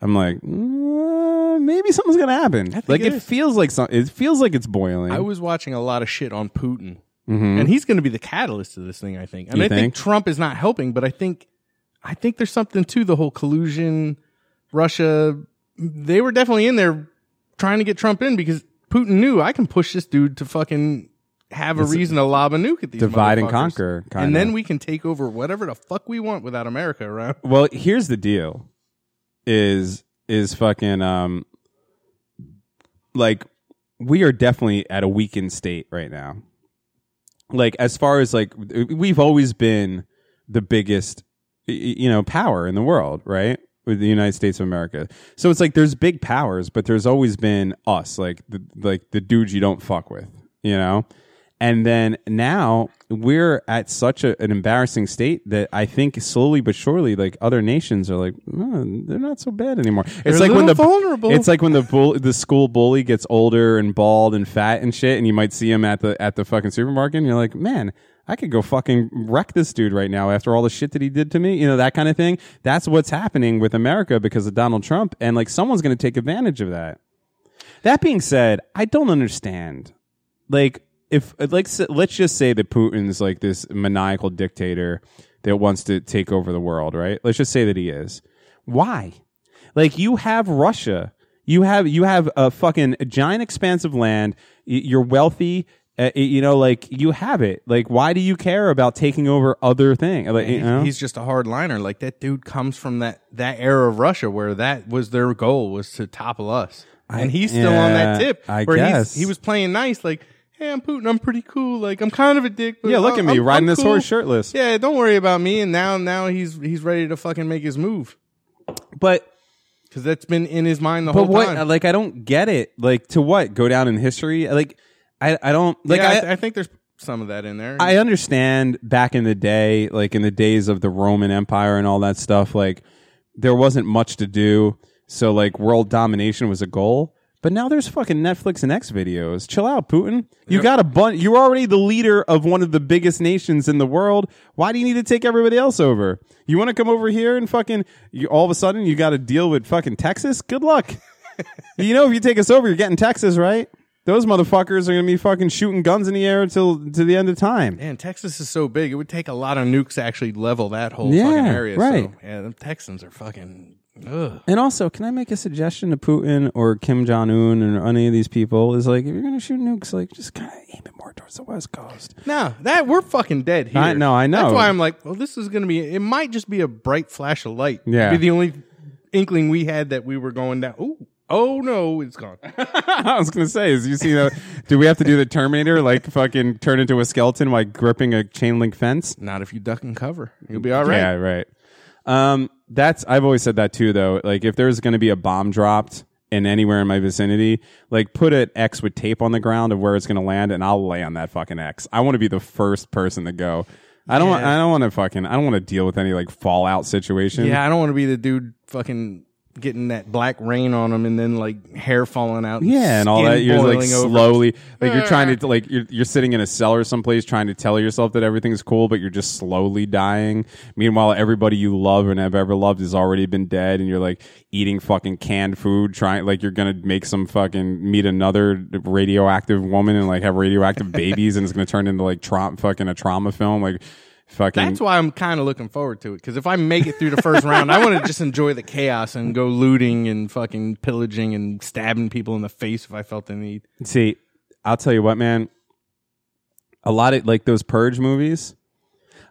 Speaker 3: I'm like, mm, maybe something's gonna happen.
Speaker 2: think
Speaker 3: Like
Speaker 2: it
Speaker 3: it,
Speaker 2: is.
Speaker 3: feels like some, it feels like it's boiling.
Speaker 2: I was watching a lot of shit on Putin, and he's gonna be the catalyst to this thing. I think, and
Speaker 3: Mm-hmm. You
Speaker 2: I think?
Speaker 3: think?
Speaker 2: Trump is not helping, but I think I think there's something to the whole collusion. Russia, they were definitely in there trying to get Trump in because Putin knew I can push this dude to fucking have a reason to lob a nuke at these
Speaker 3: divide and
Speaker 2: motherfuckers.
Speaker 3: conquer, kinda.
Speaker 2: and then we can take over whatever the fuck we want without America around.
Speaker 3: well, here's the deal: is is fucking um, like we are definitely at a weakened state right now. Like as far as like we've always been the biggest, y- y- you know, power in the world, right? With the United States of America, so it's like there's big powers, but there's always been us, like the, like the dudes you don't fuck with, you know. And then now we're at such a, an embarrassing state that I think slowly but surely, like other nations are like, "Oh, they're not so bad anymore. it's
Speaker 2: a
Speaker 3: like
Speaker 2: little
Speaker 3: when the
Speaker 2: vulnerable.
Speaker 3: It's like when the bull, the school bully gets older and bald and fat and shit, and you might see him at the at the fucking supermarket, and you're like, man. I could go fucking wreck this dude right now after all the shit that he did to me, you know, that kind of thing. That's what's happening with America because of Donald Trump. And like someone's going to take advantage of that. That being said, I don't understand like if like s- let's just say that Putin's like this maniacal dictator that wants to take over the world, right? Let's just say that he is. Why? Like you have Russia, you have you have a fucking giant expanse of land. y- You're wealthy. Uh, y- you know, like you have it. Like, why do you care about taking over other thing? Like, you know?
Speaker 2: He's just a hard liner. Like that dude comes from that that era of Russia where that was their goal was to topple us, and he's still on that
Speaker 3: yeah,
Speaker 2: tip.
Speaker 3: I
Speaker 2: where he's-
Speaker 3: guess.
Speaker 2: he was playing nice, like. Hey, I'm Putin. I'm pretty cool. Like I'm kind of a dick. But
Speaker 3: yeah. Look
Speaker 2: I'm-
Speaker 3: at me
Speaker 2: uh, I'm-
Speaker 3: riding
Speaker 2: I'm
Speaker 3: this
Speaker 2: cool.
Speaker 3: horse shirtless.
Speaker 2: Yeah, don't worry about me. And now, now he's he's ready to fucking make his move
Speaker 3: But
Speaker 2: because that's been in his mind the
Speaker 3: but
Speaker 2: whole
Speaker 3: what? uh,
Speaker 2: time.
Speaker 3: Like, I don't get it. Like, to what? Go down in history? Like, I I don't like.
Speaker 2: yeah, I,
Speaker 3: I,
Speaker 2: th- I think there's some of that in there.
Speaker 3: I understand back in the day, like in the days of the Roman Empire and all that stuff, like there wasn't much to do. So like world domination was a goal. But now there's fucking Netflix and X videos. Chill out, Putin. You got a bun. You're already the leader of one of the biggest nations in the world. Why do you need to take everybody else over? You want to come over here and fucking you, all of a sudden you got to deal with fucking Texas? Good luck. you know, if you take us over, you're getting Texas, right? Those motherfuckers are gonna be fucking shooting guns in the air till to the end of time.
Speaker 2: Man, Texas is so big; it would take a lot of nukes to actually level that whole
Speaker 3: Yeah,
Speaker 2: fucking area.
Speaker 3: right.
Speaker 2: So, yeah, them Texans are fucking. Ugh.
Speaker 3: And also, can I make a suggestion to Putin or Kim Jong Un or any of these people? Is like, if you're gonna shoot nukes, like, just kind of aim it more towards the West Coast.
Speaker 2: No, that we're fucking dead here.
Speaker 3: I- no, I know.
Speaker 2: That's why I'm like, well, this is gonna be. It might just be a bright flash of light.
Speaker 3: Yeah.
Speaker 2: be the only inkling we had that we were going down. Ooh, oh no, it's
Speaker 3: [LAUGHS]
Speaker 2: gone.
Speaker 3: [LAUGHS] I was gonna say, is you see the? do we have to do the Terminator, like fucking turn into a skeleton while gripping a chain link fence?
Speaker 2: Not if you duck and cover, you'll be all right.
Speaker 3: Yeah, right. Um, that's I've always said that too, though. Like, if there's gonna be a bomb dropped in anywhere in my vicinity, like put an X with tape on the ground of where it's gonna land, and I'll lay on that fucking X. I want to be the first person to go. I don't. want I don't want to fucking. I don't want to deal with any like fallout situation.
Speaker 2: Yeah, I don't want to be the dude fucking getting that black rain on him and then like hair falling out.
Speaker 3: Yeah, and all that.
Speaker 2: skin
Speaker 3: You're like
Speaker 2: boiling over.
Speaker 3: slowly, like you're trying to like you're you're sitting in a cellar someplace trying to tell yourself that everything's cool, but you're just slowly dying. Meanwhile, everybody you love and have ever loved has already been dead, and you're like eating fucking canned food, trying like you're gonna make some fucking meet another radioactive woman and like have
Speaker 2: [LAUGHS]
Speaker 3: radioactive babies, and it's gonna turn into like trauma, fucking a trauma film, like fucking.
Speaker 2: That's why I'm kind of looking forward to it because if I make it through the first round, I want to just enjoy the chaos and go looting and fucking pillaging and stabbing people in the face if I felt the need.
Speaker 3: See, I'll tell you what, man. A lot of like those purge movies.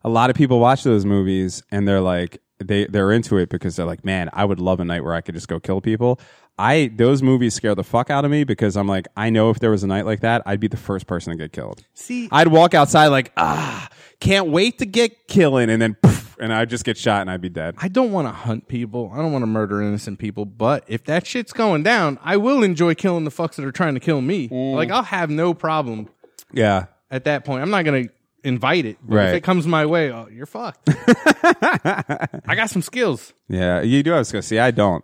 Speaker 3: A lot of people watch those movies and they're like they they're into it because they're like, man, I would love a night where I could just go kill people. I those movies scare the fuck out of me because I'm like, I know if there was a night like that, I'd be the first person to get killed.
Speaker 2: See,
Speaker 3: I'd walk outside like, ah, can't wait to get killing, and then poof, and I'd just get shot and I'd be dead.
Speaker 2: I don't want to hunt people. I don't want to murder innocent people. But if that shit's going down, I will enjoy killing the fucks that are trying to kill me. Like I'll have no problem
Speaker 3: Yeah.
Speaker 2: at that point. I'm not gonna invite it. But
Speaker 3: Right.
Speaker 2: If it comes my way, oh, you're
Speaker 3: [LAUGHS]
Speaker 2: fucked. I got some skills.
Speaker 3: Yeah, you do have skills. See, I don't.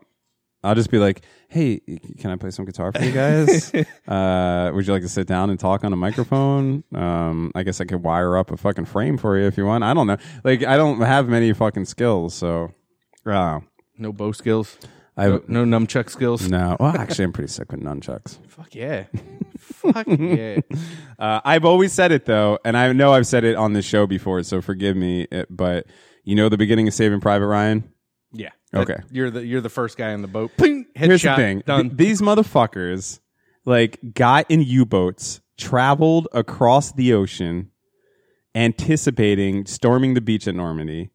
Speaker 3: I'll just be like, "Hey, can I play some guitar for you guys? uh, would you like to sit down and talk on a microphone? Um, I guess I could wire up a fucking frame for you if you want. I don't know. Like, I don't have many fucking skills, so uh,
Speaker 2: No bow skills.
Speaker 3: I
Speaker 2: No nunchuck skills.
Speaker 3: no. Well, actually, I'm pretty sick with nunchucks.
Speaker 2: Fuck yeah.
Speaker 3: [LAUGHS]
Speaker 2: Fuck yeah.
Speaker 3: Uh, I've always said it though, and I know I've said it on this show before, so forgive me. uh, But you know the beginning of Saving Private Ryan.
Speaker 2: Yeah.
Speaker 3: Okay.
Speaker 2: That- you're the you're the first guy in the boat. Ping, headshot.
Speaker 3: Here's the thing.
Speaker 2: Done.
Speaker 3: Th- these motherfuckers like got in U-boats, traveled across the ocean, anticipating storming the beach at Normandy.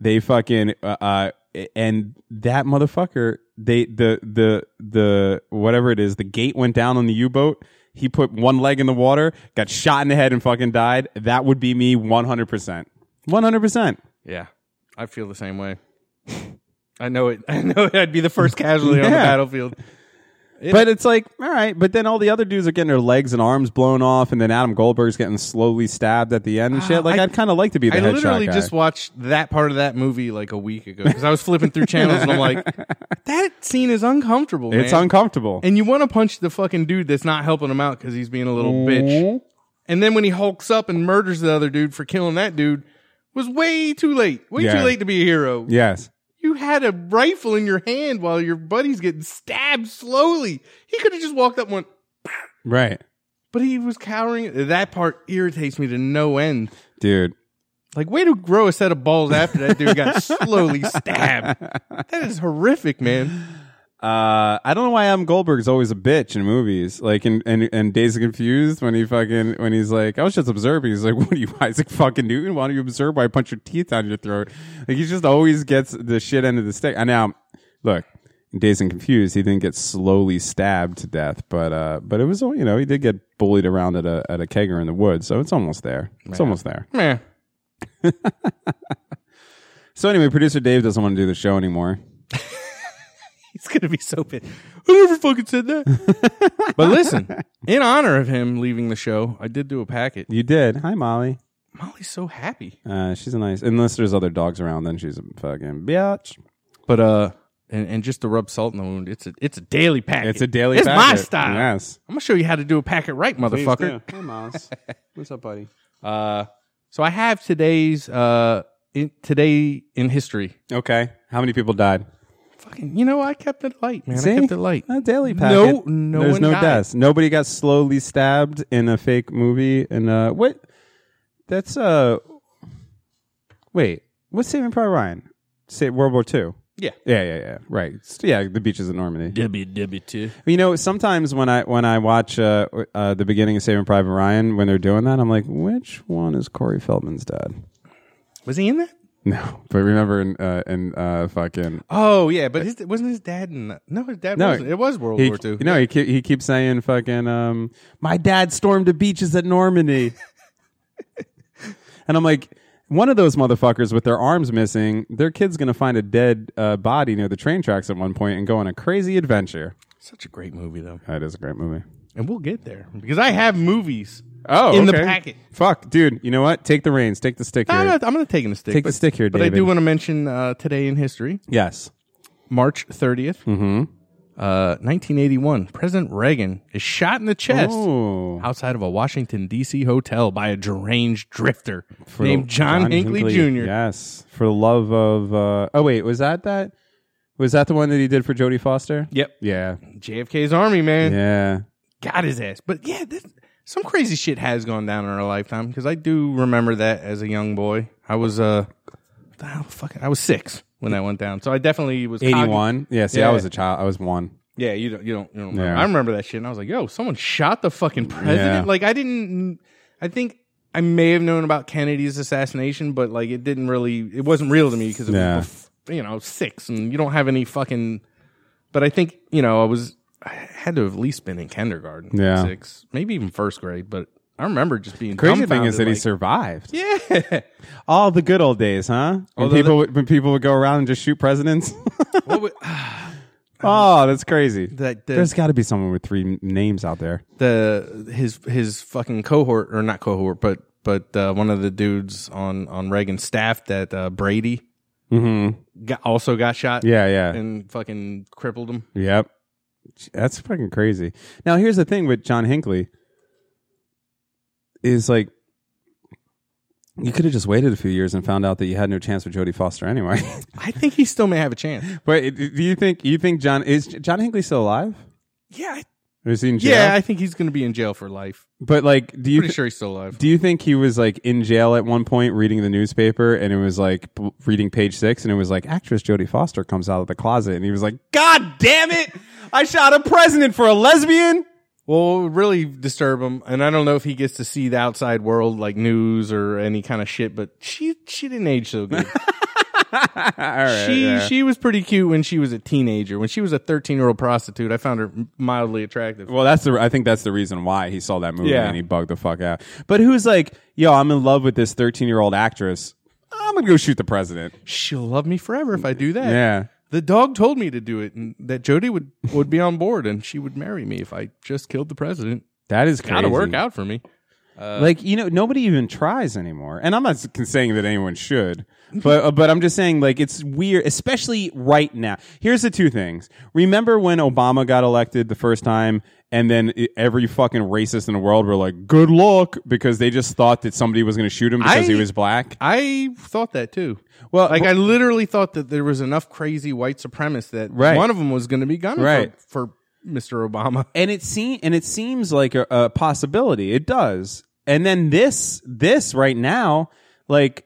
Speaker 3: They fucking uh, uh and that motherfucker, they the the the whatever it is, the gate went down on the U-boat. He put one leg in the water, got shot in the head and fucking died. That would be me 100%. 100%.
Speaker 2: yeah. I feel the same way. I know it. [LAUGHS] I know I'd be the first casualty on the
Speaker 3: Yeah.
Speaker 2: battlefield.
Speaker 3: But it's like, all right, but then all the other dudes are getting their legs and arms blown off, and then Adam Goldberg's getting slowly stabbed at the end and shit. Like,
Speaker 2: Ah, I-
Speaker 3: I'd kind of like to be the
Speaker 2: I
Speaker 3: headshot
Speaker 2: literally
Speaker 3: guy.
Speaker 2: just watched that part of that movie like a week ago because I was flipping through channels and I'm
Speaker 3: [LAUGHS]
Speaker 2: like, that scene is uncomfortable.
Speaker 3: it's
Speaker 2: man.
Speaker 3: uncomfortable.
Speaker 2: and you want to punch the fucking dude that's not helping him out because he's being a little bitch. And then when he hulks up and murders the other dude for killing that dude, was way too late. Way
Speaker 3: Yeah.
Speaker 2: too late to be a hero.
Speaker 3: yes.
Speaker 2: You had a rifle in your hand while your buddy's getting stabbed slowly. He could have just walked up and went,
Speaker 3: Right.
Speaker 2: but he was cowering. That part irritates me to no end.
Speaker 3: Dude.
Speaker 2: Like, way to grow a set of balls after that dude
Speaker 3: [LAUGHS]
Speaker 2: got slowly stabbed. That is horrific, man.
Speaker 3: Uh, I don't know why Adam Goldberg's always a bitch in movies. Like in, in, in Days of Confused, when he fucking when he's like, I was just observing. He's like, [LAUGHS] What are you, Isaac fucking Newton? Why don't you observe? Why I punch your teeth out of your throat? Like he just always gets the shit end of the stick. And now, look, in Days and Confused, he didn't get slowly stabbed to death, but uh, but it was all you know. He did get bullied around at a at a kegger in the woods, so it's almost there. It's almost there.
Speaker 2: Man,
Speaker 3: So anyway, producer Dave doesn't want to do the show anymore.
Speaker 2: he's going to be so pissed. I never fucking said that.
Speaker 3: [LAUGHS]
Speaker 2: but listen, in honor of him leaving the show, I did do a packet.
Speaker 3: You did. Hi, Molly.
Speaker 2: Molly's so happy.
Speaker 3: Uh, she's a nice. Unless there's other dogs around, then she's a fucking bitch.
Speaker 2: But, uh, and, and just to rub salt in the wound, it's a it's a daily packet.
Speaker 3: It's a daily.
Speaker 2: It's my
Speaker 3: packet.
Speaker 2: style.
Speaker 3: Yes,
Speaker 2: I'm gonna show you how to do a packet right, motherfucker.
Speaker 3: Hey, Miles. What's up, buddy?
Speaker 2: Uh, so I have today's uh in, today in history.
Speaker 3: Okay. How many people died?
Speaker 2: fucking, you know, I kept it light, man.
Speaker 3: See?
Speaker 2: I kept it light.
Speaker 3: A daily
Speaker 2: No-
Speaker 3: packet.
Speaker 2: no
Speaker 3: There's
Speaker 2: one
Speaker 3: no
Speaker 2: died.
Speaker 3: deaths. Nobody got slowly stabbed in a fake movie. And uh, what? That's uh. Wait, what's Saving Private Ryan? Say World War Two.
Speaker 2: Yeah.
Speaker 3: Yeah, yeah, yeah. Right. It's- yeah, the beaches of Normandy.
Speaker 2: WW2.
Speaker 3: You know, sometimes when I when I watch uh, uh, the beginning of Saving Private Ryan, when they're doing that, I'm like, which one is Corey Feldman's dad? [LAUGHS]
Speaker 2: Was he in that?
Speaker 3: No, but remember in uh, in uh, fucking
Speaker 2: Oh yeah, but his, wasn't his dad in that? No, his dad
Speaker 3: No,
Speaker 2: wasn't. It was World
Speaker 3: he,
Speaker 2: War Two.
Speaker 3: No, he keep, he keeps saying fucking um my dad stormed the beaches at Normandy. [LAUGHS] and I'm like one of those motherfuckers with their arms missing, their kid's going to find a dead uh, body near the train tracks at one point and go on a crazy adventure.
Speaker 2: Such a great movie though,
Speaker 3: That is a great movie.
Speaker 2: and we'll get there because I have movies.
Speaker 3: Oh,
Speaker 2: in
Speaker 3: okay.
Speaker 2: the packet.
Speaker 3: Fuck, dude. You know what? Take the reins. Take the stick
Speaker 2: I'm
Speaker 3: here.
Speaker 2: not, I'm not taking a stick.
Speaker 3: Take the stick here,
Speaker 2: But I do
Speaker 3: David.
Speaker 2: want to mention uh, today in history,
Speaker 3: yes.
Speaker 2: March 30th, uh, 1981. President Reagan is shot in the chest
Speaker 3: Oh.
Speaker 2: outside of a Washington D.C. hotel by a deranged drifter
Speaker 3: For the-
Speaker 2: named John, Hinckley, Jr.
Speaker 3: Yes. For the love of uh, Oh wait, was that that? Was that the one that he did for Jodie Foster?
Speaker 2: Yep,
Speaker 3: Yeah.
Speaker 2: JFK's army man [LAUGHS]
Speaker 3: Yeah.
Speaker 2: got his ass. But yeah, this, some crazy shit has gone down in our lifetime because I do remember that as a young boy. I was uh, what the hell, fucking, I was six when that went down, so I definitely was cogn-
Speaker 3: 81 yeah see i
Speaker 2: Yeah.
Speaker 3: was a child i was one
Speaker 2: Yeah, you don't, you don't, you don't remember.
Speaker 3: Yeah.
Speaker 2: I remember that shit, and I was like, "Yo, someone shot the fucking president."
Speaker 3: Yeah.
Speaker 2: Like, I didn't. I think I may have known about Kennedy's assassination, but like, it didn't really. It wasn't real to me because it
Speaker 3: Yeah.
Speaker 2: was, bef- you know, six, and you don't have any fucking. But I think you know, I was I had to have at least been in kindergarten,
Speaker 3: Yeah.
Speaker 2: six, maybe even first grade. But I remember just being
Speaker 3: crazy thing is that he
Speaker 2: dumbfounded,
Speaker 3: survived
Speaker 2: like, [LAUGHS] yeah.
Speaker 3: all the good old days huh when
Speaker 2: Although
Speaker 3: people would, when people would go around and just shoot presidents [LAUGHS]
Speaker 2: what would,
Speaker 3: oh that's crazy
Speaker 2: that the-
Speaker 3: there's got to be someone with three n- names out there
Speaker 2: the his his fucking cohort or not cohort, but but uh, one of the dudes on on Reagan's staff that uh, Brady
Speaker 3: mm-hmm
Speaker 2: got, also got shot.
Speaker 3: yeah yeah
Speaker 2: and fucking crippled him.
Speaker 3: yep that's fucking crazy now here's the thing with john hinckley is like you could have just waited a few years and found out that you had no chance with Jodie Foster anyway. [LAUGHS]
Speaker 2: I think he still may have a chance.
Speaker 3: but do you think you think John is John Hinckley still alive?
Speaker 2: Yeah, I,
Speaker 3: Or is he in jail?
Speaker 2: yeah, I think he's gonna be in jail for life.
Speaker 3: But like, do you
Speaker 2: Pretty sure he's still alive.
Speaker 3: do you think he was like in jail at one point reading the newspaper and it was like p- reading page six and it was like actress Jodie Foster comes out of the closet and he was like, God damn it, I shot a president for a lesbian.
Speaker 2: Well, it would really disturb him, and I don't know if he gets to see the outside world like news or any kind of shit. But she she didn't age so good.
Speaker 3: [LAUGHS] All right,
Speaker 2: she
Speaker 3: yeah.
Speaker 2: she was pretty cute when she was a teenager. When she was a thirteen year old prostitute, I found her mildly attractive.
Speaker 3: well, that's the. I think that's the reason why he saw that movie
Speaker 2: Yeah.
Speaker 3: and he bugged the fuck out. But who's like, yo, I'm in love with this 13 year old actress. I'm gonna go shoot the president.
Speaker 2: she'll love me forever if I do that.
Speaker 3: Yeah.
Speaker 2: The dog told me to do it and that Jody would, would be on board and she would marry me if I just killed the president.
Speaker 3: That is crazy.
Speaker 2: Gotta work out for me.
Speaker 3: like you know nobody even tries anymore and i'm not s- saying that anyone should but uh, but i'm just saying like it's weird especially right now here's the two things remember when obama got elected the first time and then i- every fucking racist in the world were like good luck because they just thought that somebody was going to shoot him because
Speaker 2: I-
Speaker 3: he was black
Speaker 2: I thought that too.
Speaker 3: Well,
Speaker 2: like
Speaker 3: wh-
Speaker 2: I literally thought that there was enough crazy white supremacists that
Speaker 3: Right.
Speaker 2: one of them was going to be gunning
Speaker 3: Right.
Speaker 2: for, for Mr. Obama.
Speaker 3: and it seem and it seems like a, a possibility it does and then this this right now like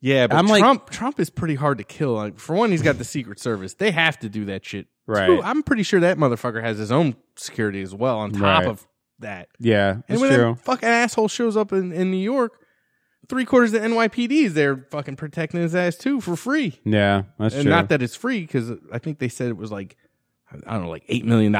Speaker 2: Yeah, but
Speaker 3: I'm like-
Speaker 2: Trump Trump is pretty hard to kill. Like for one, he's got the Secret Service. They have to do that shit.
Speaker 3: Right.
Speaker 2: Two, I'm pretty sure that motherfucker has his own security as well on top
Speaker 3: Right.
Speaker 2: of that.
Speaker 3: yeah
Speaker 2: And
Speaker 3: it's
Speaker 2: when
Speaker 3: true
Speaker 2: that fucking asshole shows up in, in New York, three quarters of the NYPD is there fucking protecting his ass too for free.
Speaker 3: yeah that's
Speaker 2: And
Speaker 3: true
Speaker 2: not that it's free because I think they said it was like, I don't know, like $8 million the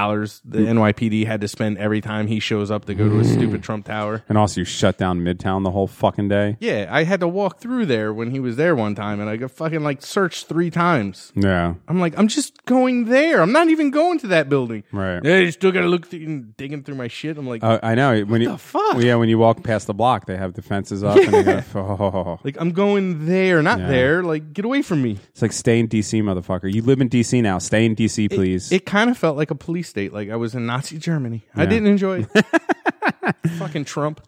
Speaker 2: NYPD had to spend every time he shows up to go
Speaker 3: Mm.
Speaker 2: to a stupid Trump Tower.
Speaker 3: and also you shut down midtown the whole fucking day
Speaker 2: Yeah, I had to walk through there when he was there one time and I got fucking like searched three times.
Speaker 3: yeah
Speaker 2: I'm like, I'm just going there. I'm not even going to that building.
Speaker 3: Right.
Speaker 2: Yeah, you still got to look through and digging through my shit. I'm like,
Speaker 3: Uh, I know. When you,
Speaker 2: the fuck?
Speaker 3: Yeah, when you walk past the block, they have the fences up. And they have, [LAUGHS] oh.
Speaker 2: like I'm going there, not
Speaker 3: Yeah.
Speaker 2: there. Like, get away from me.
Speaker 3: It's like, stay in D.C., motherfucker. You live in D.C. now. Stay in D.C., please.
Speaker 2: It kind of felt like a police state. Like I was in Nazi Germany. I
Speaker 3: Yeah.
Speaker 2: didn't enjoy it. Fucking Trump.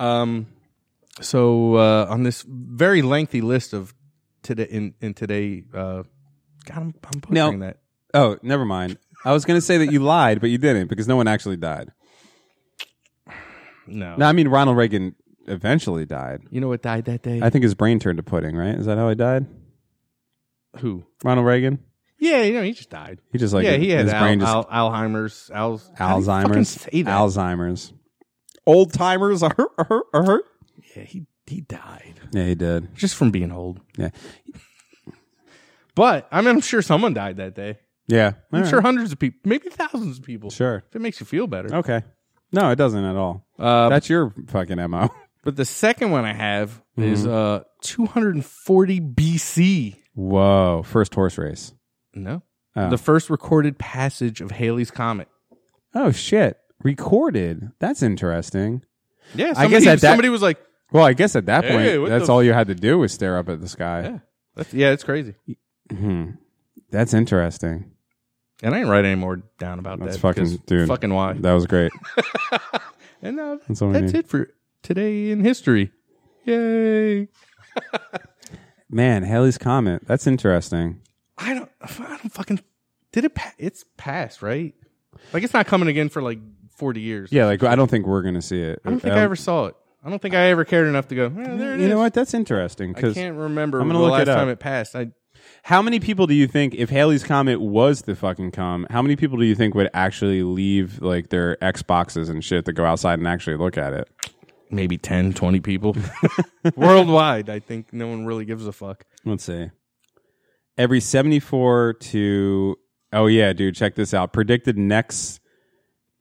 Speaker 2: Um, so uh, on this very lengthy list of today in in today uh, God, I'm, I'm
Speaker 3: Now-
Speaker 2: butchering that.
Speaker 3: Oh, never mind. I was going to say that you lied, but you didn't because no one actually died.
Speaker 2: No.
Speaker 3: No, I mean Ronald Reagan eventually died.
Speaker 2: you know what died that day?
Speaker 3: I think his brain turned to pudding, right? Is that how he died?
Speaker 2: Who?
Speaker 3: Ronald Reagan?
Speaker 2: Yeah, you know, he just died.
Speaker 3: He just like
Speaker 2: yeah, he had
Speaker 3: his
Speaker 2: Al,
Speaker 3: brain just
Speaker 2: Al, Alzheimer's. Al, how do you fucking
Speaker 3: Alzheimer's.
Speaker 2: Say that?
Speaker 3: Alzheimer's. Old timers are hurt, are hurt, are hurt.
Speaker 2: yeah, he he died
Speaker 3: Yeah, he did.
Speaker 2: just from being old.
Speaker 3: Yeah.
Speaker 2: But I mean, I'm sure someone died that day.
Speaker 3: Yeah.
Speaker 2: I'm
Speaker 3: All
Speaker 2: sure
Speaker 3: right.
Speaker 2: hundreds of people, maybe thousands of people.
Speaker 3: Sure.
Speaker 2: If it makes you feel better.
Speaker 3: Okay. No, it doesn't at all.
Speaker 2: Uh,
Speaker 3: That's your fucking [LAUGHS] MO.
Speaker 2: But the second one I have is uh 240 BC.
Speaker 3: Whoa. First horse race.
Speaker 2: No.
Speaker 3: Oh.
Speaker 2: The first recorded passage of Halley's Comet.
Speaker 3: Oh shit. Recorded. That's interesting.
Speaker 2: Yeah,
Speaker 3: I guess
Speaker 2: somebody-
Speaker 3: at that-
Speaker 2: somebody was like,
Speaker 3: Well, I guess at that point,
Speaker 2: Hey, what
Speaker 3: that's
Speaker 2: the
Speaker 3: all you had to do was stare up at the sky.
Speaker 2: That's, yeah, it's crazy.
Speaker 3: Hmm. That's interesting.
Speaker 2: And I didn't write any more down about
Speaker 3: That's
Speaker 2: that.
Speaker 3: fucking-
Speaker 2: 'cause
Speaker 3: dude.
Speaker 2: Fucking why?
Speaker 3: That
Speaker 2: [LAUGHS]
Speaker 3: was great.
Speaker 2: and uh,
Speaker 3: That's
Speaker 2: that's,
Speaker 3: all we need.
Speaker 2: it for today in history. Yay!
Speaker 3: Man, Haley's Comet. That's interesting.
Speaker 2: I don't. I don't fucking. Did it? Pa- it's passed, right? Like it's not coming again for like forty years.
Speaker 3: Yeah, like I don't think we're gonna see it.
Speaker 2: I don't think I ever saw it. I don't think I ever cared enough to go. "Eh, there it
Speaker 3: Um, You know
Speaker 2: is."
Speaker 3: what? That's interesting.
Speaker 2: I
Speaker 3: Because
Speaker 2: can't remember
Speaker 3: I'm
Speaker 2: the
Speaker 3: gonna look
Speaker 2: last
Speaker 3: it up.
Speaker 2: time it passed. I
Speaker 3: how many people do you think, if Haley's Comet was to fucking come, how many people do you think would actually leave like their Xboxes and shit to go outside and actually look at it?
Speaker 2: maybe 10, 20
Speaker 3: [LAUGHS]
Speaker 2: people [LAUGHS] worldwide. I think no one really gives a fuck.
Speaker 3: Let's see. Every 74 to Oh yeah, dude, check this out. Predicted next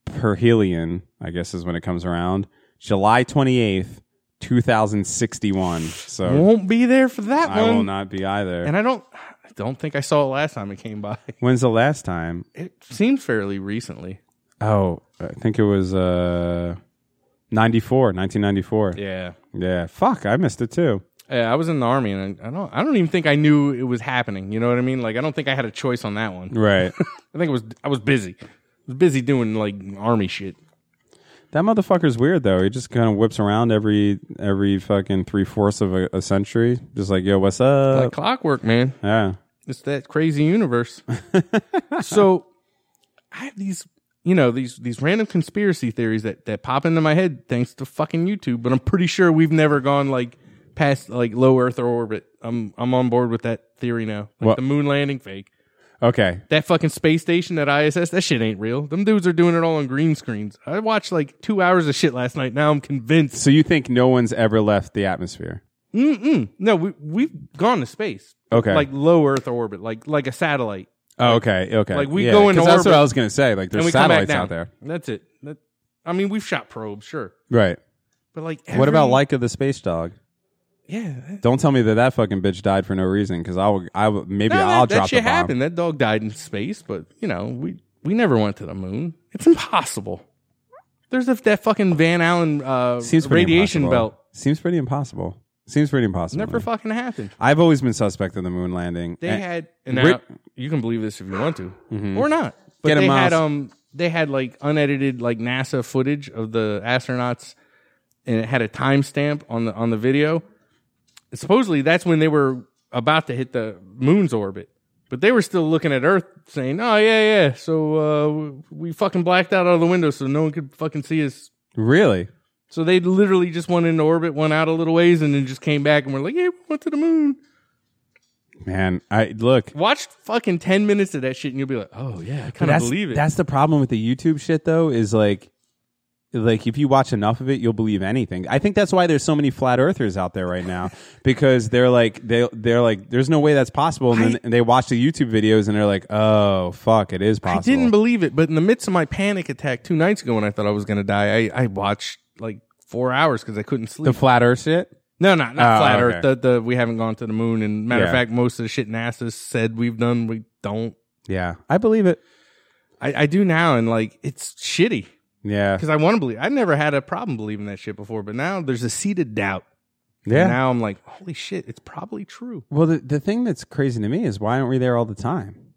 Speaker 3: perhelion, I guess is when it comes around, July 28th, 2061. So
Speaker 2: Won't be there for that
Speaker 3: Um, I
Speaker 2: one.
Speaker 3: will not be either.
Speaker 2: And I don't. I don't think I saw it last time it came by. [LAUGHS]
Speaker 3: When's the last time?
Speaker 2: It seemed fairly recently.
Speaker 3: Oh, I think it was uh 94, 1994. Yeah.
Speaker 2: Yeah.
Speaker 3: Fuck, I missed it too.
Speaker 2: Yeah, I was in the army, and I I don't. I don't even think I knew it was happening. You know what I mean? Like, I don't think I had a choice on that one. [LAUGHS]
Speaker 3: Right.
Speaker 2: I think it was. I was busy. I was busy doing like army shit.
Speaker 3: that motherfucker's weird though. He just kind of whips around every every fucking three fourths of a, a century. Just like, yo, what's up?
Speaker 2: Like clockwork, man.
Speaker 3: yeah.
Speaker 2: It's that crazy universe. so, I have these. You know these these random conspiracy theories that that pop into my head thanks to fucking YouTube. But I'm pretty sure we've never gone like past like low Earth orbit. I'm I'm on board with that theory now. Like
Speaker 3: What-
Speaker 2: the moon landing fake.
Speaker 3: Okay.
Speaker 2: that fucking space station that ISS, that shit ain't real. Them dudes are doing it all on green screens. I watched like two hours of shit last night. Now I'm convinced.
Speaker 3: So you think no one's ever left the atmosphere?
Speaker 2: Mm-mm. No, we we've gone to space.
Speaker 3: Okay.
Speaker 2: Like low Earth orbit, like like a satellite,
Speaker 3: oh, okay. Okay.
Speaker 2: like, we
Speaker 3: Yeah,
Speaker 2: go in
Speaker 3: 'cause That's what
Speaker 2: orbit-
Speaker 3: I was gonna say. Like
Speaker 2: and
Speaker 3: there's
Speaker 2: we come back
Speaker 3: satellites
Speaker 2: down.
Speaker 3: out there.
Speaker 2: That's it. That, I mean, we've shot probes, sure,
Speaker 3: Right.
Speaker 2: but like,
Speaker 3: What about
Speaker 2: every-
Speaker 3: Leica the space dog?
Speaker 2: Yeah, that-
Speaker 3: Don't tell me that that fucking bitch died for no reason because I will. I will, maybe
Speaker 2: no, that,
Speaker 3: I'll
Speaker 2: that
Speaker 3: drop
Speaker 2: shit
Speaker 3: the bomb.
Speaker 2: happened. That dog died in space, but you know, we we never went to the moon. It's impossible. There's a, that fucking Van Allen uh,
Speaker 3: Seems pretty
Speaker 2: radiation
Speaker 3: impossible. Mm-hmm.
Speaker 2: belt.
Speaker 3: Seems pretty impossible. Seems pretty impossible.
Speaker 2: Never fucking happened.
Speaker 3: I've always been suspect of the moon landing.
Speaker 2: They
Speaker 3: Eh,
Speaker 2: had and now,
Speaker 3: Rick- Mm-hmm.
Speaker 2: you can believe this if you want to or not. But
Speaker 3: Get 'em,
Speaker 2: they
Speaker 3: Miles.
Speaker 2: had um they had like unedited like NASA footage of the astronauts and it had a timestamp on the on the video. Supposedly that's when they were about to hit the moon's orbit. But they were still looking at Earth saying, "Oh yeah, yeah. So uh w- we fucking blacked out out of the window so no one could fucking see us."
Speaker 3: really.
Speaker 2: So they literally just went into orbit, went out a little ways and then just came back and were like, "Yeah, we went to the moon."
Speaker 3: Man, I look.
Speaker 2: Watch fucking 10 minutes of that shit and you'll be like, oh, yeah, I kind of
Speaker 3: That's,
Speaker 2: believe it.
Speaker 3: that's the problem with the YouTube shit though. Is like, like if you watch enough of it, you'll believe anything. I think that's why there's so many flat earthers out there right now [LAUGHS] because they're like they they're like there's no way that's possible, and then they watch the YouTube videos and they're like, oh fuck, it is
Speaker 2: I
Speaker 3: possible.
Speaker 2: didn't believe it, but in the midst of my panic attack two nights ago when I thought I was going to die, I, I watched like four hours because I couldn't
Speaker 3: the
Speaker 2: sleep.
Speaker 3: flat earth shit.
Speaker 2: no, not, not
Speaker 3: Oh,
Speaker 2: flat
Speaker 3: okay.
Speaker 2: earth. The, the, we haven't gone to the moon. And matter
Speaker 3: Yeah.
Speaker 2: of fact, most of the shit NASA said we've done, we don't.
Speaker 3: Yeah, I believe it.
Speaker 2: I, I do now. And like, it's shitty
Speaker 3: Yeah,
Speaker 2: because I want to believe. I never had a problem believing that shit before, but now there's a seed of doubt.
Speaker 3: yeah.
Speaker 2: And now I'm like, holy shit, it's probably true.
Speaker 3: Well, the, the thing that's crazy to me is why aren't we there all the time?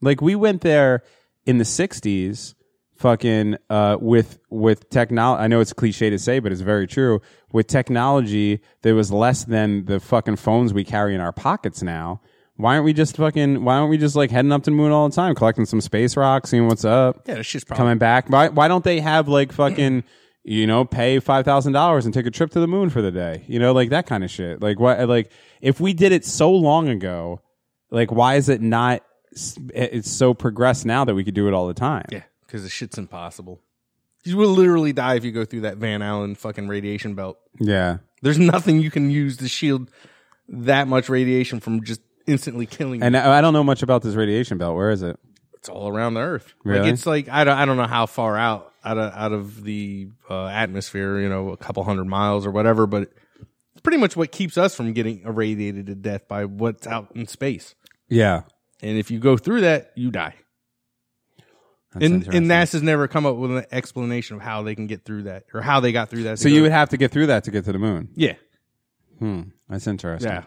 Speaker 3: Like we went there in the '60s, fucking uh, with with technology. I know it's cliche to say, but it's very true. With technology that was less than the fucking phones we carry in our pockets now. Why aren't we just fucking? Why aren't we just like heading up to the moon all the time, collecting some space rocks, seeing what's up?
Speaker 2: Yeah, it's just probably
Speaker 3: coming back. Why, why don't they have like fucking, [CLEARS THROAT] you know, pay five thousand dollars and take a trip to the moon for the day? You know, like that kind of shit. Like what? Like if we did it so long ago, like why is it not? s- it- It's so progressed now that we could do it all the time.
Speaker 2: yeah, because the shit's impossible. You will literally die if you go through that Van Allen fucking radiation belt.
Speaker 3: Yeah.
Speaker 2: There's nothing you can use to shield that much radiation from just instantly killing. you.
Speaker 3: And I, I don't know much about this radiation belt. Where is it?
Speaker 2: it's all around the Earth.
Speaker 3: Really?
Speaker 2: Like it's like I don't I don't know how far out out of out of the uh, atmosphere, you know, a couple hundred miles or whatever, but it's pretty much what keeps us from getting irradiated to death by what's out in space.
Speaker 3: Yeah.
Speaker 2: And if you go through that, you die. and and NASA's never come up with an explanation of how they can get through that or how they got through that. to
Speaker 3: so
Speaker 2: go-
Speaker 3: you would have to get through that to get to the moon.
Speaker 2: yeah,
Speaker 3: Hmm. That's interesting.
Speaker 2: yeah.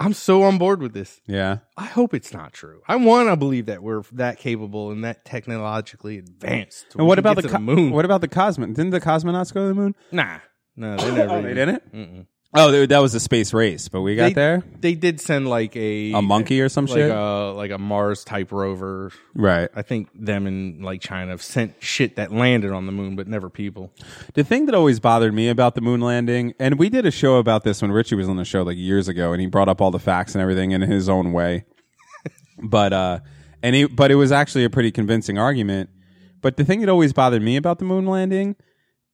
Speaker 2: I'm so on board with this.
Speaker 3: Yeah.
Speaker 2: I hope it's not true. I want to believe that we're that capable and that technologically advanced.
Speaker 3: And what
Speaker 2: We
Speaker 3: about
Speaker 2: get
Speaker 3: the,
Speaker 2: to
Speaker 3: co-
Speaker 2: moon?
Speaker 3: What about the cosmonaut? Didn't the cosmonauts go to the moon?
Speaker 2: Nah, no, they never.
Speaker 3: [LAUGHS] Oh, they didn't?
Speaker 2: Mm-mm.
Speaker 3: Oh, they- that was a space race, but we got
Speaker 2: They-
Speaker 3: there.
Speaker 2: They did send like a
Speaker 3: A monkey or some
Speaker 2: like
Speaker 3: shit.
Speaker 2: a like a Mars type rover.
Speaker 3: right.
Speaker 2: I think them and like China have sent shit that landed on the moon, but never people.
Speaker 3: The thing that always bothered me about the moon landing, and we did a show about this when Richie was on the show like years ago, and he brought up all the facts and everything in his
Speaker 2: [LAUGHS]
Speaker 3: own way. but uh, and he, but it was actually a pretty convincing argument. But the thing that always bothered me about the moon landing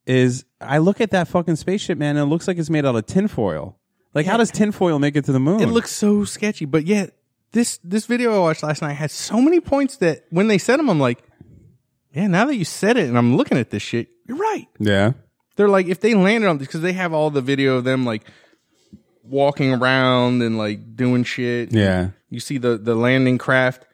Speaker 3: is I look at that fucking spaceship, man, and it looks like it's made out of tinfoil. Like, how does tinfoil make it to the moon?
Speaker 2: It looks so sketchy, but yet this this video I watched last night had so many points that when they said them, I'm like, yeah. Now that you said it, and I'm looking at this shit, you're right.
Speaker 3: yeah,
Speaker 2: They're like if they landed on because they have all the video of them like walking around and like doing shit.
Speaker 3: yeah.
Speaker 2: You see the the landing craft,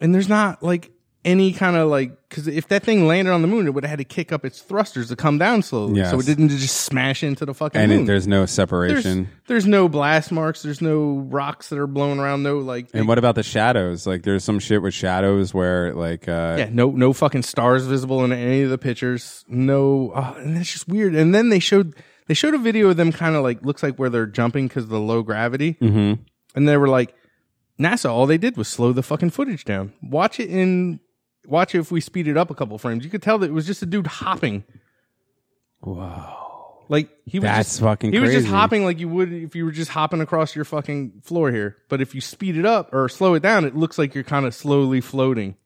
Speaker 2: and there's not like any kind of like because if that thing landed on the moon, it would have had to kick up its thrusters to come down slowly, so
Speaker 3: Yes.
Speaker 2: it didn't just smash into the fucking
Speaker 3: And
Speaker 2: moon.
Speaker 3: it, there's no
Speaker 2: there's,
Speaker 3: separation.
Speaker 2: there's no blast marks. There's no rocks that are blowing around. No like
Speaker 3: and what about the shadows? Like, there's some shit with shadows where, like, uh,
Speaker 2: yeah, no no fucking stars visible in any of the pictures. No, uh, and it's just weird. And then they showed they showed a video of them kind of like looks like where they're jumping because of the low gravity,
Speaker 3: mhm.
Speaker 2: and they were like NASA. All they did was slow the fucking footage down. Watch it in watch it if we speed it up a couple frames. You could tell that it was just a dude hopping. Wow. Like he was
Speaker 3: That's
Speaker 2: just,
Speaker 3: fucking
Speaker 2: He was just
Speaker 3: crazy.
Speaker 2: hopping like you would if you were just hopping across your fucking floor here. But if you speed it up or slow it down, it looks like you're kind of slowly floating.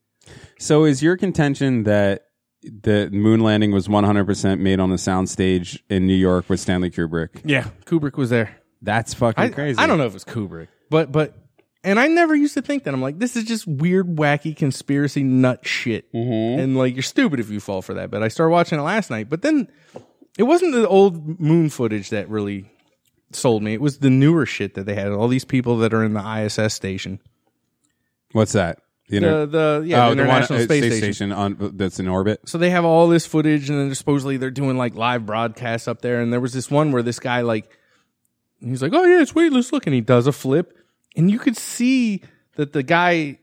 Speaker 3: So is your contention that the moon landing was 100% made on the soundstage in New York with Stanley Kubrick?
Speaker 2: Yeah, Kubrick was there.
Speaker 3: That's fucking
Speaker 2: I,
Speaker 3: crazy.
Speaker 2: I don't know if it's Kubrick, but but and I never used to think that. I'm like, this is just weird, wacky conspiracy nut shit,
Speaker 3: Mm-hmm.
Speaker 2: and like you're stupid if you fall for that. But I started watching it last night, but then it wasn't the old moon footage that really sold me. It was the newer shit that they had. All these people that are in the ISS station,
Speaker 3: What's that? The inter-
Speaker 2: the
Speaker 3: Oh,
Speaker 2: the yeah, the
Speaker 3: one
Speaker 2: International
Speaker 3: at
Speaker 2: Space
Speaker 3: Space
Speaker 2: Station.
Speaker 3: on, that's in orbit.
Speaker 2: so they have all this footage and then supposedly they're doing like live broadcasts up there and there was this one where this guy like he's like oh yeah it's weightless look and he does a flip and you could see that the guy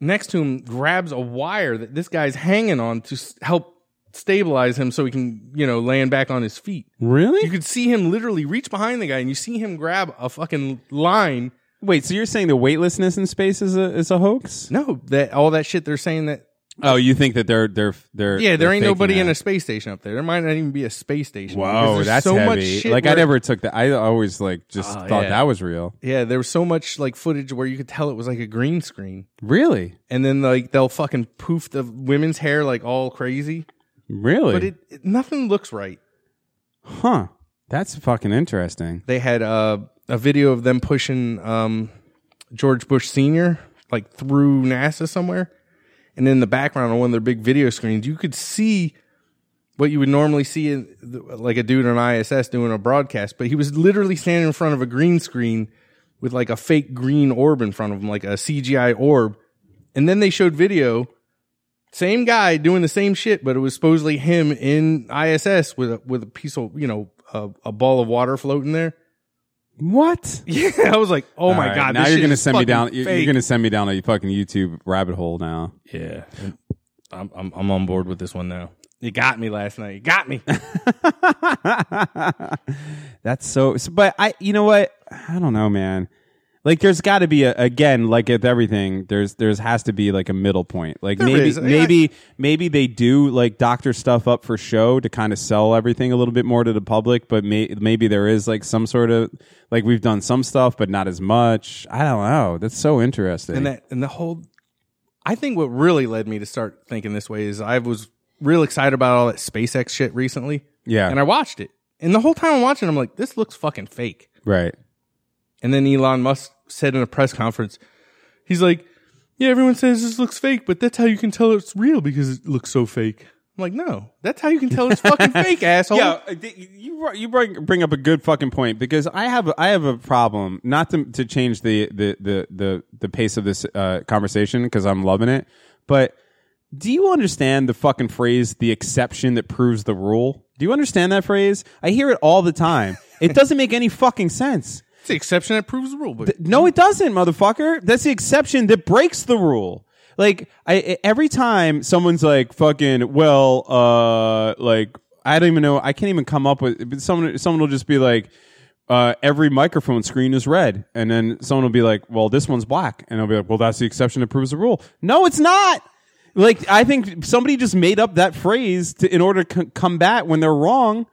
Speaker 2: next to him grabs a wire that this guy's hanging on to s- help stabilize him so he can you know land back on his feet you
Speaker 3: Really?
Speaker 2: could see him literally reach behind the guy and you see him grab a fucking line
Speaker 3: Wait, so you're saying the weightlessness in space is a is a hoax?
Speaker 2: no that all that shit they're saying that
Speaker 3: Oh, you think that they're they're they're
Speaker 2: yeah there
Speaker 3: they're
Speaker 2: ain't
Speaker 3: faking
Speaker 2: nobody in
Speaker 3: that.
Speaker 2: a space station up there there might not even be a space station because
Speaker 3: Wow,
Speaker 2: there's
Speaker 3: that's
Speaker 2: so
Speaker 3: heavy.
Speaker 2: much shit
Speaker 3: like I
Speaker 2: where-
Speaker 3: never took that. I always like just
Speaker 2: Oh,
Speaker 3: thought
Speaker 2: yeah.
Speaker 3: that was real.
Speaker 2: Yeah, there was so much like footage where you could tell it was like a green screen,
Speaker 3: Really,
Speaker 2: and then like they'll fucking poof the women's hair like all crazy,
Speaker 3: really,
Speaker 2: but it, it nothing looks right.
Speaker 3: huh? That's fucking interesting.
Speaker 2: They had uh, a video of them pushing um, George Bush Senior like through NASA somewhere, and in the background on one of their big video screens, you could see what you would normally see in like a dude on ISS doing a broadcast, but he was literally standing in front of a green screen with like a fake green orb in front of him, like a CGI orb. And then they showed video, same guy doing the same shit, but it was supposedly him in ISS with a, with a piece of you know a, a ball of water floating there.
Speaker 3: What?
Speaker 2: Yeah, [LAUGHS] I was like, oh
Speaker 3: All
Speaker 2: my
Speaker 3: right,
Speaker 2: god!
Speaker 3: Now
Speaker 2: this
Speaker 3: you're
Speaker 2: shit
Speaker 3: gonna
Speaker 2: is
Speaker 3: send me
Speaker 2: fucking
Speaker 3: down. You're,
Speaker 2: fake.
Speaker 3: you're gonna send me down a fucking YouTube rabbit hole [LAUGHS] now.
Speaker 2: Yeah. I'm, I'm I'm on board with this one now. You got me last night. You got me. [LAUGHS]
Speaker 3: That's so, so. But I, you know what? I don't know, man. Like there's got to be a, again like with everything there's there's has to be like a middle point like maybe
Speaker 2: is. I-
Speaker 3: maybe maybe they do like doctor stuff up for show to kind of sell everything a little bit more to the public but may, maybe there is like some sort of like we've done some stuff but not as much I don't know that's so interesting
Speaker 2: and that and the whole i think what really led me to start thinking this way is i was real excited about all that spacex shit recently
Speaker 3: Yeah.
Speaker 2: and i watched it and the whole time i'm watching i'm like this looks fucking fake
Speaker 3: right
Speaker 2: and then elon musk said in a press conference he's like yeah everyone says this looks fake but that's how you can tell it's real because it looks so fake i'm like no that's how you can tell it's
Speaker 3: [LAUGHS]
Speaker 2: fucking fake asshole
Speaker 3: Yeah, uh, th- you br- you bring bring up a good fucking point because I have a- I have a problem not to to change the the the the, the pace of this uh, conversation because I'm loving it, but do you understand the fucking phrase "the exception that proves the rule"? Do you understand that phrase? I hear it all the time. It doesn't make any fucking sense.
Speaker 2: it's the exception that proves the rule but
Speaker 3: No, it doesn't, motherfucker. That's the exception that breaks the rule. Like I- I, every time someone's like, "Fucking well," uh, like I don't even know. I can't even come up with. But someone, someone will just be like, uh, "Every microphone screen is red," and then someone will be like, "Well, this one's black," and I'll be like, "Well, that's the exception that proves the rule." No, it's not. Like I think somebody just made up that phrase to, in order to c- combat when they're wrong.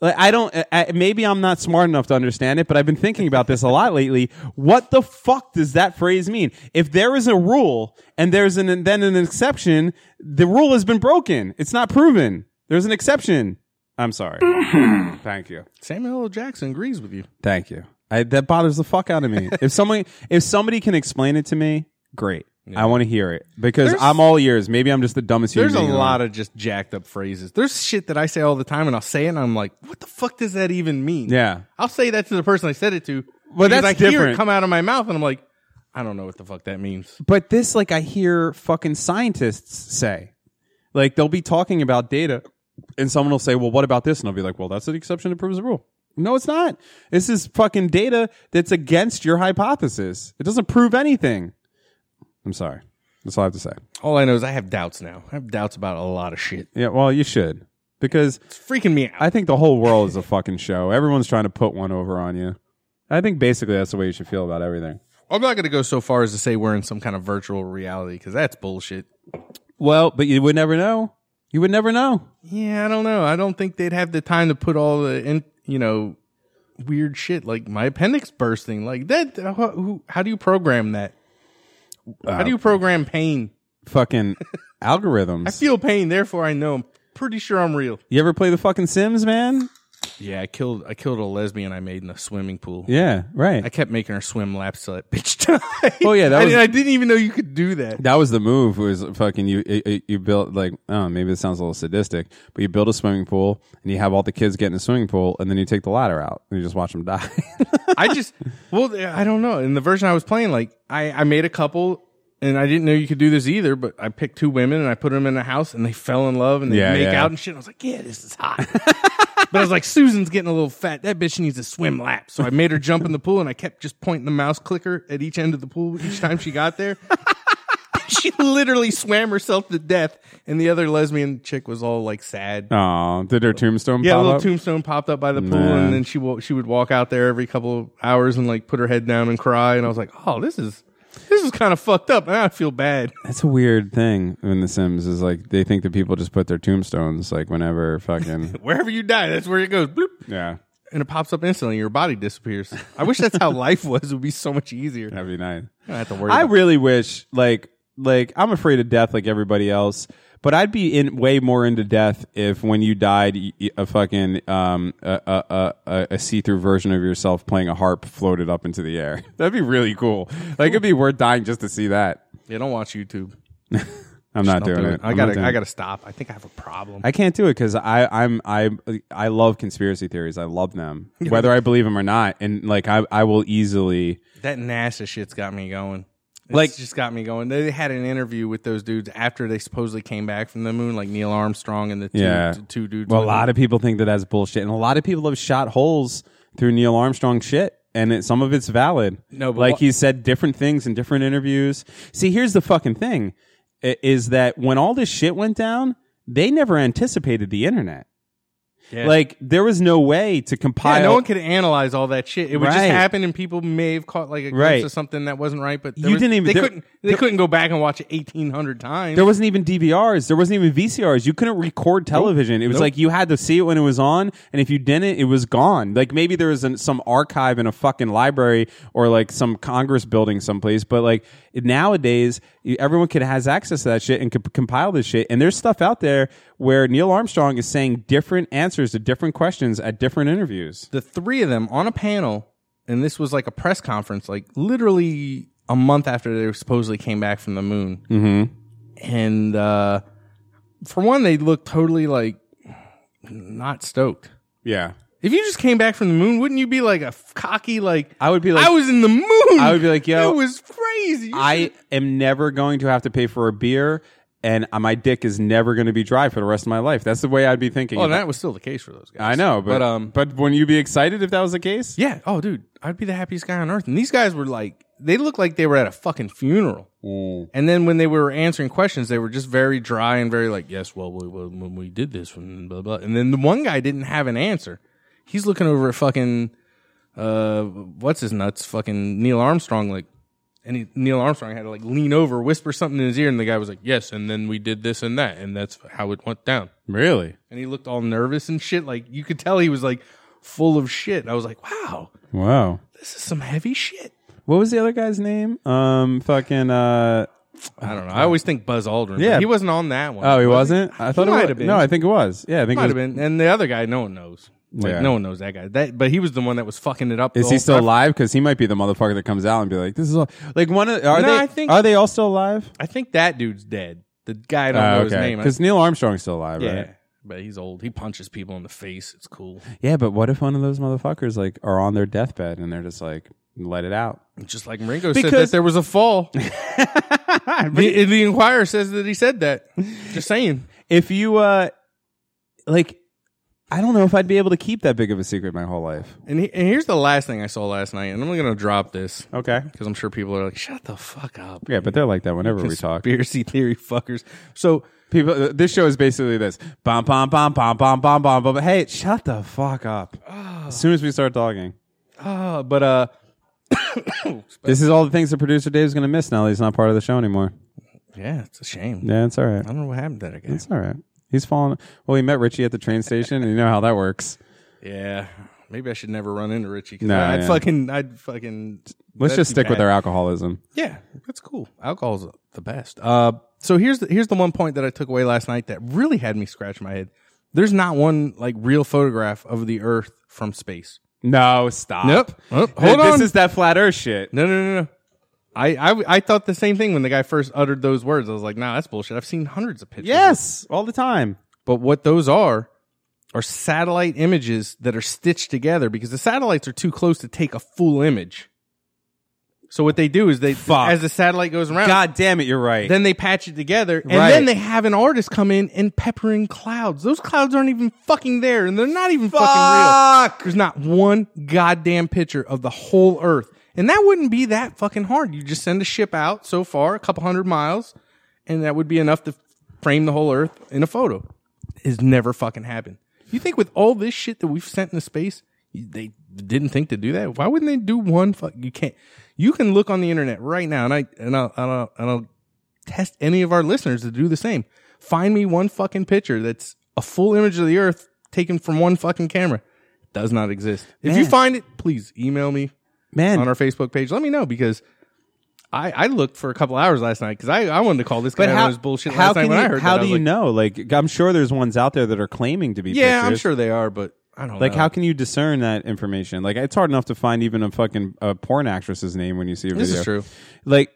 Speaker 3: Like I don't. I- I, maybe I'm not smart enough to understand it, but I've been thinking about this a lot lately. What the fuck does that phrase mean? If there is a rule and there's an then an exception, the rule has been broken. It's not proven. There's an exception. I'm
Speaker 2: [LAUGHS]
Speaker 3: sorry. Thank you.
Speaker 2: samuel l jackson agrees with you
Speaker 3: Thank you. I, that bothers the fuck out of me.
Speaker 2: [LAUGHS]
Speaker 3: if somebody if somebody can explain it to me, great. I want to hear it because
Speaker 2: There's-
Speaker 3: I'm all ears. Maybe I'm just the dumbest.
Speaker 2: There's a
Speaker 3: human being in the
Speaker 2: lot
Speaker 3: world.
Speaker 2: of just jacked up phrases. There's shit that I say all the time, and I'll say it, and I'm like, "What the fuck does that even mean?"
Speaker 3: Yeah.
Speaker 2: I'll say that to the person I said it to,
Speaker 3: Well,
Speaker 2: because I
Speaker 3: that's
Speaker 2: hear
Speaker 3: different.
Speaker 2: it come out of my mouth, and I'm like, "I don't know what the fuck that means."
Speaker 3: But this, like, I hear fucking scientists say, like, they'll be talking about data, and someone will say, "Well, what about this?" And I'll be like, "Well, that's an exception that proves the rule." No, it's not. This is fucking data that's against your hypothesis. It doesn't prove anything. I'm sorry. That's all I have to say.
Speaker 2: All I know is I have doubts now. I have doubts about a lot of shit.
Speaker 3: Yeah. Well, you should because
Speaker 2: It's freaking me out.
Speaker 3: I think the whole world is a fucking show. Everyone's trying to put one over on you. I think basically that's the way you should feel about everything.
Speaker 2: I'm not going to go so far as to say we're in some kind of virtual reality because that's bullshit.
Speaker 3: Well, but you would never know. You would never know.
Speaker 2: Yeah, I don't know. I don't think they'd have the time to put all the in, you know weird shit like my appendix bursting like that. How, who, how do you program that? How do you program pain?
Speaker 3: Fucking algorithms.
Speaker 2: I feel pain, therefore I know. I'm pretty sure I'm real.
Speaker 3: You ever play the fucking Sims, man?
Speaker 2: Yeah, I killed I killed a lesbian I made in a swimming pool.
Speaker 3: Yeah, right.
Speaker 2: I kept making her swim laps [LAUGHS] till that bitch died.
Speaker 3: Oh, yeah, that
Speaker 2: I,
Speaker 3: was-
Speaker 2: I didn't even know you could do that.
Speaker 3: that was the move. Was fucking you? it- it- You built like oh, maybe this sounds a little sadistic, but you build a swimming pool and you have all the kids get in the swimming pool, and then you take the ladder out and you just watch them die. [LAUGHS]
Speaker 2: I just well, I don't know. In the version I was playing, like I I made a couple, and I didn't know you could do this either. But I picked two women and I put them in a house, and they fell in love and they
Speaker 3: Yeah,
Speaker 2: make
Speaker 3: yeah.
Speaker 2: out and shit. And I was like, yeah, this is hot. [LAUGHS] but I was like, Susan's getting a little fat. That bitch needs a swim lap. So I made her jump in the pool, and I kept just pointing the mouse clicker at each end of the pool each time she got there. [LAUGHS] she literally swam herself to death, and the other lesbian chick was all like sad.
Speaker 3: Oh, did her tombstone?
Speaker 2: Yeah, a
Speaker 3: pop
Speaker 2: little
Speaker 3: up?
Speaker 2: tombstone popped up by the pool,
Speaker 3: Nah.
Speaker 2: and then she wa- she would walk out there every couple of hours and like put her head down and cry. And I was like, oh, this is this is kind of fucked up, and I feel bad.
Speaker 3: That's a weird thing in the Sims is like they think that people just put their tombstones like whenever fucking
Speaker 2: Wherever you die, that's where it goes, bloop,
Speaker 3: [LAUGHS] yeah.
Speaker 2: and it pops up instantly. Your body disappears. I wish that's how [LAUGHS] life was. It would be so much easier. I
Speaker 3: That'd be nice.
Speaker 2: don't have to worry.
Speaker 3: I
Speaker 2: about
Speaker 3: really wish like like I'm afraid of death like everybody else, but I'd be in way more into death if when you died y- y- a fucking um a a, a- a, a see through version of yourself playing a harp floated up into the air. [LAUGHS] That'd be really cool. Like it'd be worth dying just to see that.
Speaker 2: yeah, don't watch YouTube.
Speaker 3: I'm
Speaker 2: Don't
Speaker 3: not doing
Speaker 2: do
Speaker 3: it.
Speaker 2: it. I
Speaker 3: I'm not
Speaker 2: gotta
Speaker 3: doing
Speaker 2: I
Speaker 3: it.
Speaker 2: gotta stop. I think I have a problem.
Speaker 3: I can't do it because I I'm I I love conspiracy theories. I love them, whether I believe them or not. And like I I will easily.
Speaker 2: that NASA shit's got me going. It's
Speaker 3: Like-
Speaker 2: just got me going. They had an interview with those dudes after they supposedly came back from the moon, like Neil Armstrong and the two,
Speaker 3: Yeah.
Speaker 2: t- two dudes.
Speaker 3: Well, a
Speaker 2: with
Speaker 3: lot
Speaker 2: him.
Speaker 3: of people think that that's bullshit, and a lot of people have shot holes through Neil Armstrong shit, and it, some of it's valid.
Speaker 2: No, but
Speaker 3: like
Speaker 2: wha-
Speaker 3: he said different things in different interviews. See, here's the fucking thing: i- is that when all this shit went down, they never anticipated the internet.
Speaker 2: Yeah.
Speaker 3: Like there was no way to compile.
Speaker 2: Yeah, no one could analyze all that shit. It would just
Speaker 3: Right.
Speaker 2: happen, and people may have caught like a glimpse
Speaker 3: Right.
Speaker 2: of something that wasn't right. But there
Speaker 3: You
Speaker 2: was-
Speaker 3: didn't even-
Speaker 2: They
Speaker 3: there-
Speaker 2: couldn't. They couldn't go back and watch it eighteen hundred times.
Speaker 3: there wasn't even DVRs. There wasn't even VCRs. You couldn't record television. It was like you had to see it when it was on, and if you didn't, it was gone. Like maybe there was an, some archive in a fucking library or like some Congress building someplace. But like nowadays, you- everyone could has access to that shit and could compile this shit. And there's stuff out there where Neil Armstrong is saying different answers to different questions at different interviews.
Speaker 2: the three of them on a panel, and this was like a press conference, like literally a month after they supposedly came back from the moon. Mm-hmm. And uh, for one, they looked totally like not stoked.
Speaker 3: Yeah.
Speaker 2: If you just came back from the moon, wouldn't you be like a f- cocky like?
Speaker 3: I would be like-
Speaker 2: I was in the moon.
Speaker 3: I would be like, yo,
Speaker 2: it was crazy. You
Speaker 3: I am never going to have to pay for a beer, and uh, my dick is never going to be dry for the rest of my life. That's the way I'd be thinking.
Speaker 2: Well, Oh, that was still the case for those guys.
Speaker 3: I know, but, um, but wouldn't you be excited if that was the case?
Speaker 2: yeah. Oh, dude, I'd be the happiest guy on earth. And these guys were like, they looked like they were at a fucking funeral.
Speaker 3: Mm.
Speaker 2: And then when they were answering questions, they were just very dry and very like, yes, well, we, well when we did this, and blah blah. And then the one guy didn't have an answer. He's looking over at fucking, uh, what's his nuts? Fucking Neil Armstrong, like. And he, Neil Armstrong had to like lean over, whisper something in his ear, and the guy was like, "Yes." And then we did this and that, and that's how it went down
Speaker 3: Really?
Speaker 2: and he looked all nervous and shit. Like you could tell he was like full of shit. I was like, wow,
Speaker 3: Wow.
Speaker 2: this is some heavy shit.
Speaker 3: What was the other guy's name? Um, fucking. Uh,
Speaker 2: I don't know. I always think Buzz Aldrin. Yeah,
Speaker 3: Yeah.
Speaker 2: he wasn't on that one.
Speaker 3: oh, he wasn't. I thought it
Speaker 2: might
Speaker 3: was.
Speaker 2: have been.
Speaker 3: No, I think it was. Yeah, I think
Speaker 2: might
Speaker 3: it
Speaker 2: have
Speaker 3: was.
Speaker 2: been. And the other guy, no one knows. Like,
Speaker 3: Yeah.
Speaker 2: No one knows that guy. That, but he was the one that was fucking it up. the
Speaker 3: Is he
Speaker 2: whole
Speaker 3: still
Speaker 2: time.
Speaker 3: alive? Because he might be the motherfucker that comes out and be like, "This is all." Like one of are
Speaker 2: No,
Speaker 3: they?
Speaker 2: I think-
Speaker 3: are they all still alive?
Speaker 2: I think that dude's dead. The guy I don't know
Speaker 3: Oh,
Speaker 2: his name. I-
Speaker 3: Because Neil Armstrong's still alive,
Speaker 2: yeah,
Speaker 3: right?
Speaker 2: but he's old. He punches people in the face. It's cool.
Speaker 3: Yeah, but what if one of those motherfuckers like are on their deathbed and they're just like, "Let it out."
Speaker 2: Just like Ringo said that
Speaker 3: Because-
Speaker 2: there was a
Speaker 3: [LAUGHS]
Speaker 2: fall. the, the Inquirer says that he said that. Just saying.
Speaker 3: If you uh, like, I don't know if I'd be able to keep that big of a secret my whole life.
Speaker 2: And, he, and here's the last thing I saw last night, and I'm gonna drop this
Speaker 3: Okay.
Speaker 2: because I'm sure people are like, "Shut the fuck up."
Speaker 3: Yeah, but they're like that whenever we talk.
Speaker 2: Conspiracy theory fuckers. So
Speaker 3: People, th- this show is basically this: bom bom bom bom bom bom bom bom. Hey, shut the fuck up! As soon as we start talking,
Speaker 2: Uh, but uh,
Speaker 3: this is all the things that producer Dave's going to miss now that he's not part of the show anymore.
Speaker 2: yeah, it's a shame.
Speaker 3: Yeah, it's all right.
Speaker 2: I don't know what happened to that guy.
Speaker 3: It's all right. He's falling. Well, he met Richie at the train station, and you know how that [LAUGHS] works.
Speaker 2: Yeah, maybe I should never run into Richie. 'cause
Speaker 3: No,
Speaker 2: I'd
Speaker 3: yeah.
Speaker 2: fucking, I'd fucking.
Speaker 3: Let's
Speaker 2: that'd
Speaker 3: just
Speaker 2: be
Speaker 3: stick with
Speaker 2: bad.
Speaker 3: our alcoholism.
Speaker 2: Yeah, that's cool. Alcohol's the best. Uh, so here's the, here's the one point that I took away last night that really had me scratch my head. There's not one like real photograph of the Earth from space.
Speaker 3: No, stop.
Speaker 2: Nope. Oh,
Speaker 3: Th-
Speaker 2: hold
Speaker 3: this
Speaker 2: on.
Speaker 3: is that flat Earth shit.
Speaker 2: No, no, no, no. I, I I thought the same thing when the guy first uttered those words. I was like, nah, that's bullshit. I've seen hundreds of pictures.
Speaker 3: Yes, all the time.
Speaker 2: But what those are are satellite images that are stitched together because the satellites are too close to take a full image. So what they do is they
Speaker 3: Fuck.
Speaker 2: as the satellite goes [LAUGHS] around,
Speaker 3: God damn it, you're right.
Speaker 2: then they patch it together and
Speaker 3: Right.
Speaker 2: then they have an artist come in and pepper in clouds. Those clouds aren't even fucking there and they're not even fucking real. There's not one goddamn picture of the whole earth. And that wouldn't be that fucking hard. You just send a ship out so far, a couple hundred miles, and that would be enough to frame the whole earth in a photo. It's never fucking happened. You think with all this shit that we've sent into space, you- they didn't think to do that? Why wouldn't they do one fuck? You can't. You can look on the internet right now, and I and I'll and I'll, and I'll test any of our listeners to do the same. Find me one fucking picture that's a full image of the Earth taken from one fucking camera. Does not exist. If you
Speaker 3: Man.
Speaker 2: find it, please email me
Speaker 3: Man,
Speaker 2: on our Facebook page. Let me know because I, I looked for a couple hours last night because I, I wanted to call this guy out on his bullshit last night
Speaker 3: can
Speaker 2: when
Speaker 3: you,
Speaker 2: I heard
Speaker 3: how
Speaker 2: that. I was
Speaker 3: do you
Speaker 2: like,
Speaker 3: know? Like, I'm sure there's ones out there that are claiming to be.
Speaker 2: Yeah, I'm
Speaker 3: pictures.
Speaker 2: sure they are, but I don't
Speaker 3: Like,
Speaker 2: know.
Speaker 3: how can you discern that information? Like, it's hard enough to find even a fucking a porn actress's name when you see a video.
Speaker 2: This is true.
Speaker 3: Like,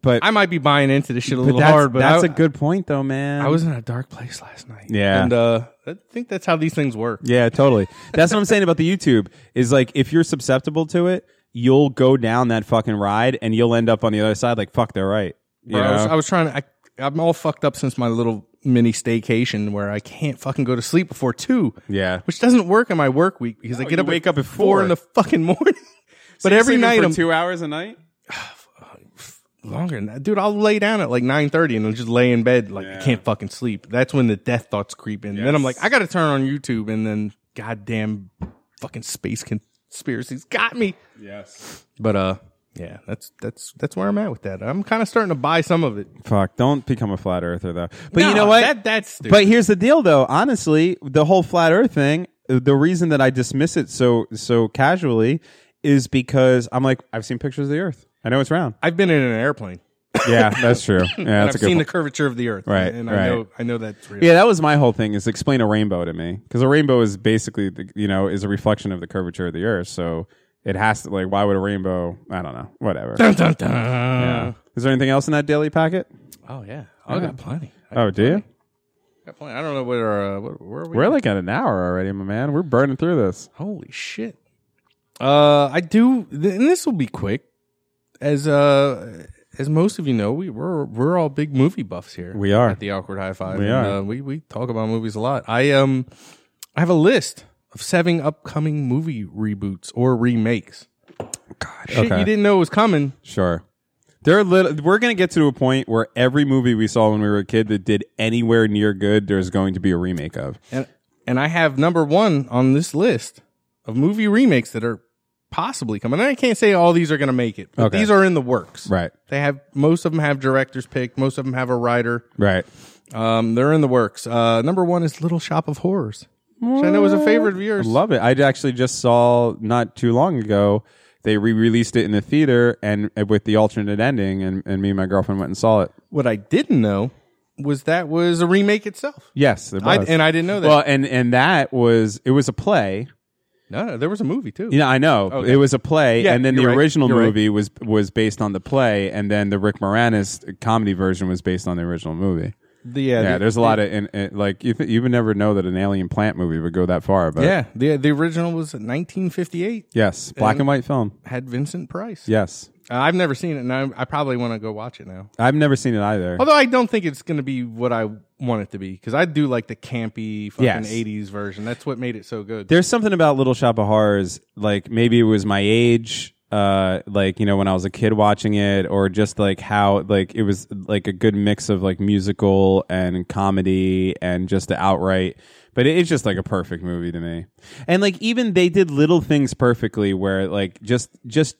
Speaker 3: but,
Speaker 2: I might be buying into this shit a
Speaker 3: but
Speaker 2: little
Speaker 3: that's,
Speaker 2: hard, but
Speaker 3: that's
Speaker 2: I,
Speaker 3: a good point, though, man.
Speaker 2: I was in a dark place last night.
Speaker 3: Yeah.
Speaker 2: and uh, I think that's how these things work.
Speaker 3: Yeah, totally. That's what I'm saying about the YouTube. Is like if you're susceptible to it, you'll go down that fucking ride, and you'll end up on the other side. Like, fuck, they're right. You
Speaker 2: Bro, I, was,
Speaker 3: know?
Speaker 2: I was trying to. I, I'm all fucked up since my little mini staycation where I can't fucking go to sleep before two.
Speaker 3: Yeah.
Speaker 2: which doesn't work in my work week because I get
Speaker 3: you
Speaker 2: up
Speaker 3: wake
Speaker 2: at
Speaker 3: up at
Speaker 2: four in
Speaker 3: four.
Speaker 2: the fucking [LAUGHS] morning. but
Speaker 3: You're
Speaker 2: every
Speaker 3: sleeping
Speaker 2: night
Speaker 3: for
Speaker 2: I'm
Speaker 3: two hours a night.
Speaker 2: longer than that. Dude, I'll lay down at like 9.30 and I'll just lay in bed like I can't fucking sleep. That's when the death thoughts creep in. Then I'm like, I got to turn on YouTube and then goddamn fucking space conspiracies got me.
Speaker 3: Yes.
Speaker 2: But uh yeah, that's that's that's where I'm at with that. I'm kind of starting to buy some of it.
Speaker 3: Fuck. Don't become a flat earther though. But you
Speaker 2: No,
Speaker 3: know what?
Speaker 2: That, that's stupid.
Speaker 3: But here's the deal, though. Honestly, the whole flat Earth thing, the reason that I dismiss it so so casually is because I'm like, I've seen pictures of the Earth. I know
Speaker 2: [LAUGHS]
Speaker 3: it's round.
Speaker 2: I've been in an airplane.
Speaker 3: Yeah, that's true. [LAUGHS] Yeah,
Speaker 2: I've seen the curvature of the earth.
Speaker 3: Right,
Speaker 2: And
Speaker 3: right.
Speaker 2: I know I know that's real.
Speaker 3: yeah, that was my whole thing is explain a rainbow to me because a rainbow is basically the, you know is a reflection of the curvature of the Earth. So it has to like, why would a rainbow? I don't know.
Speaker 2: [LAUGHS]
Speaker 3: Whatever.
Speaker 2: Dun, dun, dun.
Speaker 3: Yeah. Is there anything else in that daily packet?
Speaker 2: Oh yeah. I got plenty. I
Speaker 3: Oh, do you?
Speaker 2: got plenty. I don't know where uh, where, where are we?
Speaker 3: We're like at an hour already, my man. We're burning through this.
Speaker 2: Holy shit. Uh, I do, th- and this will be quick. As uh, as most of you know, we we're we're all big movie buffs here.
Speaker 3: We are.
Speaker 2: at the awkward high five.
Speaker 3: We
Speaker 2: And,
Speaker 3: are.
Speaker 2: Uh, we we talk about movies a lot. I um, I have a list of seven upcoming movie reboots or remakes. Gosh, shit,
Speaker 3: Okay.
Speaker 2: you didn't know it was coming.
Speaker 3: Sure. There are lit- we're going to get to a point where every movie we saw when we were a kid that did anywhere near good, there's going to be a remake of.
Speaker 2: And and I have number one on this list of movie remakes that are possibly coming. And I can't say all these are going to make it, but
Speaker 3: Okay.
Speaker 2: these are in the works.
Speaker 3: Right.
Speaker 2: They have most of them have directors picked. Most of them have a writer.
Speaker 3: Right.
Speaker 2: Um, they're in the works. Uh, number one is Little Shop of Horrors, which I know was a favorite of yours.
Speaker 3: Love it. I actually just saw not too long ago they re-released it in the theater and and with the alternate ending, and, and me and my girlfriend went and saw it.
Speaker 2: What I didn't know was that was a remake itself.
Speaker 3: Yes, it
Speaker 2: I,
Speaker 3: was.
Speaker 2: and I didn't know that.
Speaker 3: well, and and that was it was a play.
Speaker 2: no, no, there was a movie too.
Speaker 3: Yeah, I know.
Speaker 2: Okay.
Speaker 3: It was a play,
Speaker 2: Yeah,
Speaker 3: and then the
Speaker 2: you're right.
Speaker 3: original
Speaker 2: You're right.
Speaker 3: movie was was based on the play, and then the Rick Moranis comedy version was based on the original movie.
Speaker 2: The, yeah,
Speaker 3: yeah,
Speaker 2: the-
Speaker 3: there's a lot of in, in, like you th- you would never know that an alien plant movie would go that far, but
Speaker 2: yeah, the the original was 1958.
Speaker 3: yes, black and,
Speaker 2: And-
Speaker 3: white film.
Speaker 2: Had Vincent Price.
Speaker 3: Yes,
Speaker 2: Uh, I've never seen it, and I, I probably want to go watch it now.
Speaker 3: I've never seen it either.
Speaker 2: Although I don't think it's going to be what I want it to be because I do like the campy fucking
Speaker 3: Yes.
Speaker 2: 80s version. That's what made it so good.
Speaker 3: there's something about Little Shop of Horrors, like maybe it was my age, uh, like you know when I was a kid watching it, or just like how like it was like a good mix of like musical and comedy and just the outright. But it- it's just like a perfect movie to me, and like even they did little things perfectly, where like just just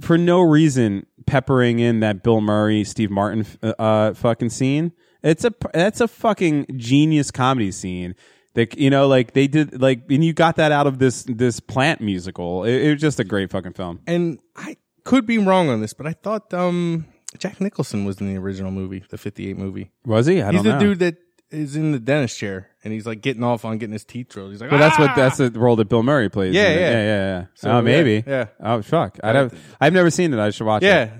Speaker 3: for no reason peppering in that Bill Murray Steve Martin uh, uh, fucking scene. It's a that's a fucking genius comedy scene. That you know, like they did, like and you got that out of this this plant musical. It, it was just a great fucking film.
Speaker 2: and I could be wrong on this, but I thought um, Jack Nicholson was in the original movie, the '58 movie.
Speaker 3: Was he? I
Speaker 2: He's
Speaker 3: don't
Speaker 2: the
Speaker 3: know.
Speaker 2: dude that is in the dentist chair, and he's like getting off on getting his teeth drilled. He's like,
Speaker 3: But that's what
Speaker 2: "Ah!"
Speaker 3: that's the role that Bill Murray plays.
Speaker 2: Yeah,
Speaker 3: in it.
Speaker 2: yeah.
Speaker 3: yeah, yeah, yeah.
Speaker 2: So,
Speaker 3: oh, maybe.
Speaker 2: yeah,
Speaker 3: Oh, fuck. I have I've never seen it. I should watch it.
Speaker 2: yeah.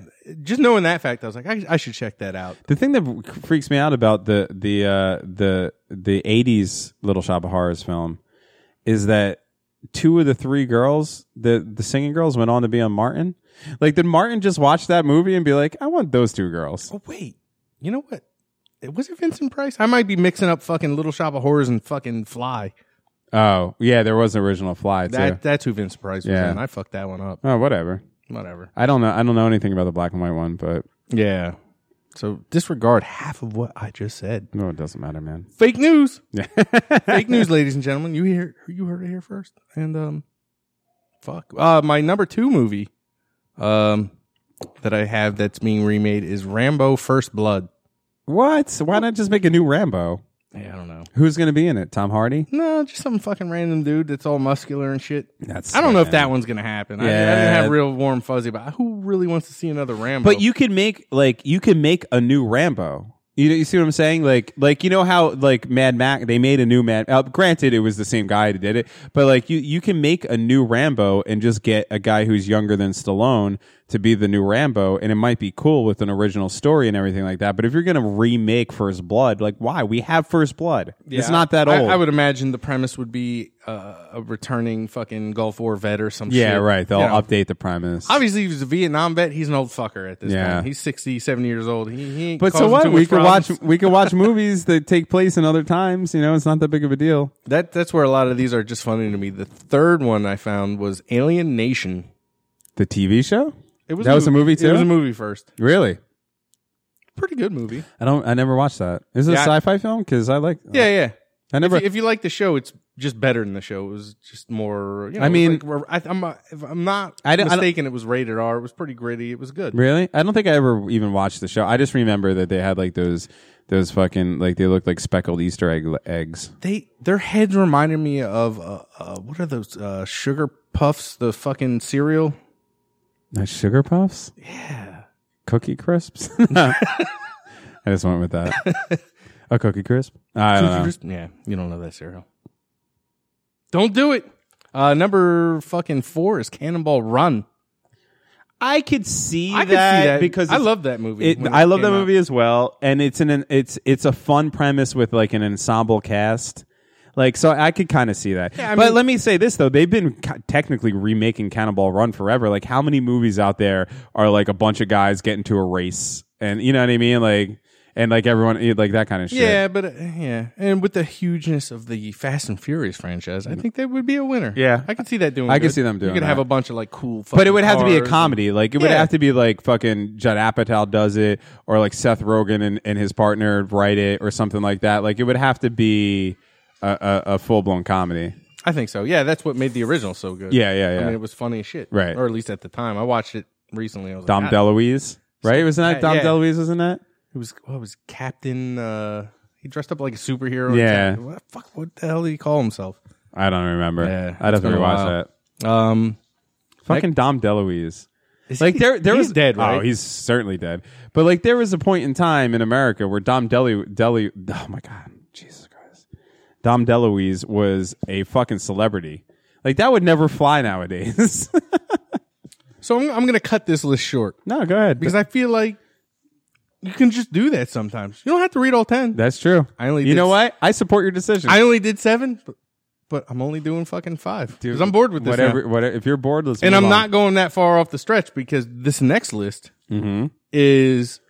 Speaker 2: Just knowing that fact, I was like, I, I should check that out.
Speaker 3: The thing that freaks me out about the the uh, the the '80s Little Shop of Horrors film is that two of the three girls, the the singing girls, went on to be on Martin. Like, did Martin just watch that movie and be like, "I want those two girls"?
Speaker 2: Oh wait, you know what? It- Was it Vincent Price? I might be mixing up fucking Little Shop of Horrors and fucking Fly.
Speaker 3: Oh, yeah, there was an original Fly too.
Speaker 2: That that's who Vincent Price was
Speaker 3: Yeah.
Speaker 2: in. I fucked that one up.
Speaker 3: oh, whatever.
Speaker 2: Whatever.
Speaker 3: I don't know. I don't know anything about the black and white one, but
Speaker 2: Yeah. So disregard half of what I just said.
Speaker 3: no, it doesn't matter, man.
Speaker 2: Fake
Speaker 3: [LAUGHS]
Speaker 2: news.
Speaker 3: Yeah.
Speaker 2: fake news, ladies and gentlemen. You hear you heard it here first. And um fuck. Uh my number two movie um that I have that's being remade is Rambo First Blood.
Speaker 3: what? Why not just make a new Rambo?
Speaker 2: Yeah, I don't know.
Speaker 3: Who's going to be in it? Tom Hardy?
Speaker 2: No, just some fucking random dude that's all muscular and shit.
Speaker 3: That's
Speaker 2: I don't know if
Speaker 3: man.
Speaker 2: that one's gonna happen. I, I didn't
Speaker 3: Yeah.
Speaker 2: have real warm fuzzy about who really wants to see another Rambo.
Speaker 3: But you can make like you can make a new Rambo. You know, you see what I'm saying? Like, like you know how like Mad Max they made a new Mad. Uh, granted, it was the same guy that did it, but like you you can make a new Rambo and just get a guy who's younger than Stallone to be the new Rambo, and it might be cool with an original story and everything like that. But if you're gonna remake First Blood, like why? We have First Blood. It's
Speaker 2: Yeah,
Speaker 3: not that
Speaker 2: I-
Speaker 3: old.
Speaker 2: I, would imagine the premise would be uh, a returning fucking Gulf War vet or some shit.
Speaker 3: yeah, right. They'll
Speaker 2: You know,
Speaker 3: update the premise.
Speaker 2: Obviously, he was a Vietnam vet. He's an old fucker at this
Speaker 3: Yeah.
Speaker 2: point. He's 60, 70 years old. He, he ain't
Speaker 3: But so
Speaker 2: causing
Speaker 3: what?
Speaker 2: too
Speaker 3: We
Speaker 2: much
Speaker 3: could watch
Speaker 2: problems.
Speaker 3: we
Speaker 2: [LAUGHS]
Speaker 3: could watch movies that take place in other times. You know, it's not that big of a deal.
Speaker 2: That, that's where a lot of these are just funny to me. The third one I found was Alien Nation.
Speaker 3: The TV show.
Speaker 2: It was
Speaker 3: That was a movie, too?
Speaker 2: It was a movie first.
Speaker 3: Really?
Speaker 2: Pretty good movie.
Speaker 3: I don't. I never watched that. Is it
Speaker 2: Yeah,
Speaker 3: a
Speaker 2: I-
Speaker 3: sci-fi film? Because I like.
Speaker 2: Yeah, yeah.
Speaker 3: I never.
Speaker 2: if, you, if you like the show, it's just better than the show. It was just more. You know,
Speaker 3: I
Speaker 2: it was
Speaker 3: mean-
Speaker 2: like, we're- I, I'm uh, if I'm not
Speaker 3: I don't- I don't-
Speaker 2: mistaken. It was rated R. It was pretty gritty. It was good.
Speaker 3: Really? I don't think I ever even watched the show. I just remember that they had like those those fucking like they looked like speckled Easter egg eggs.
Speaker 2: They their heads reminded me of uh, uh, what are those uh, sugar puffs? The fucking cereal.
Speaker 3: Not sugar puffs? Yeah. Cookie crisps? [LAUGHS] I just went with that.
Speaker 2: [LAUGHS]
Speaker 3: A cookie crisp? I don't know.
Speaker 2: Yeah, you don't know that cereal. Don't do it. Uh, number fucking four is Cannonball Run.
Speaker 3: I could see
Speaker 2: I
Speaker 3: that,
Speaker 2: could see that
Speaker 3: because
Speaker 2: I
Speaker 3: it's-
Speaker 2: love that movie.
Speaker 3: It,
Speaker 2: when
Speaker 3: I love that
Speaker 2: came out.
Speaker 3: movie as well, and it's an it's it's a fun premise with like an ensemble cast. Like so, I could kind of see that.
Speaker 2: I
Speaker 3: but
Speaker 2: mean-
Speaker 3: let me say this though: they've been ca- technically remaking Cannonball Run forever. Like, how many movies out there are like a bunch of guys get into a race, and you know what I mean? Like, and like everyone, like that kind of shit.
Speaker 2: Yeah, but uh, yeah, and with the hugeness of the Fast and Furious franchise, I think that would be a winner.
Speaker 3: Yeah.
Speaker 2: I could see that doing.
Speaker 3: I could
Speaker 2: good.
Speaker 3: see them doing
Speaker 2: You could have
Speaker 3: that.
Speaker 2: a bunch of like cool,
Speaker 3: But it would have to be a
Speaker 2: cars.
Speaker 3: comedy. Like it would
Speaker 2: Yeah.
Speaker 3: have to be like fucking Judd Apatow does it, or like Seth Rogen and, and his partner write it, or something like that. Like it would have to be a, a, a full blown comedy.
Speaker 2: I think so. Yeah, that's what made the original so good.
Speaker 3: Yeah, yeah,
Speaker 2: I
Speaker 3: yeah.
Speaker 2: mean, it was funny as shit.
Speaker 3: Right.
Speaker 2: or at least at the time. I watched it recently. I was
Speaker 3: Dom
Speaker 2: like, God,
Speaker 3: DeLuise, right? Wasn't that
Speaker 2: Yeah,
Speaker 3: Dom
Speaker 2: yeah.
Speaker 3: DeLuise? Wasn't that?
Speaker 2: It was what was Captain? uh He dressed up like a superhero.
Speaker 3: Yeah.
Speaker 2: Captain- What, fuck. What the hell did he call himself?
Speaker 3: I don't remember.
Speaker 2: Yeah,
Speaker 3: I'd
Speaker 2: it's
Speaker 3: have to
Speaker 2: been a
Speaker 3: rewatch
Speaker 2: while.
Speaker 3: that.
Speaker 2: Um,
Speaker 3: Fucking Dom DeLuise.
Speaker 2: is
Speaker 3: [LAUGHS] Like
Speaker 2: he-
Speaker 3: there, there
Speaker 2: he's
Speaker 3: was
Speaker 2: dead. Right?
Speaker 3: Oh, he's certainly dead. But like there was a point in time in America where Dom Delu, Delu, oh my god, Jesus Christ, Dom DeLuise was a fucking celebrity. Like that would never fly nowadays. [LAUGHS]
Speaker 2: so I'm, I'm gonna cut this list short
Speaker 3: no, go ahead.
Speaker 2: because I feel like you can just do that sometimes. You don't have to read all ten.
Speaker 3: that's true.
Speaker 2: I only
Speaker 3: you
Speaker 2: did
Speaker 3: know
Speaker 2: s-
Speaker 3: what? I support your decision.
Speaker 2: I only did seven, but, but I'm only doing fucking five because I'm bored with this. now.
Speaker 3: Whatever, whatever. If you're bored, let's.
Speaker 2: And
Speaker 3: move
Speaker 2: I'm
Speaker 3: on.
Speaker 2: not going that far off the stretch because this next list
Speaker 3: Mm-hmm.
Speaker 2: is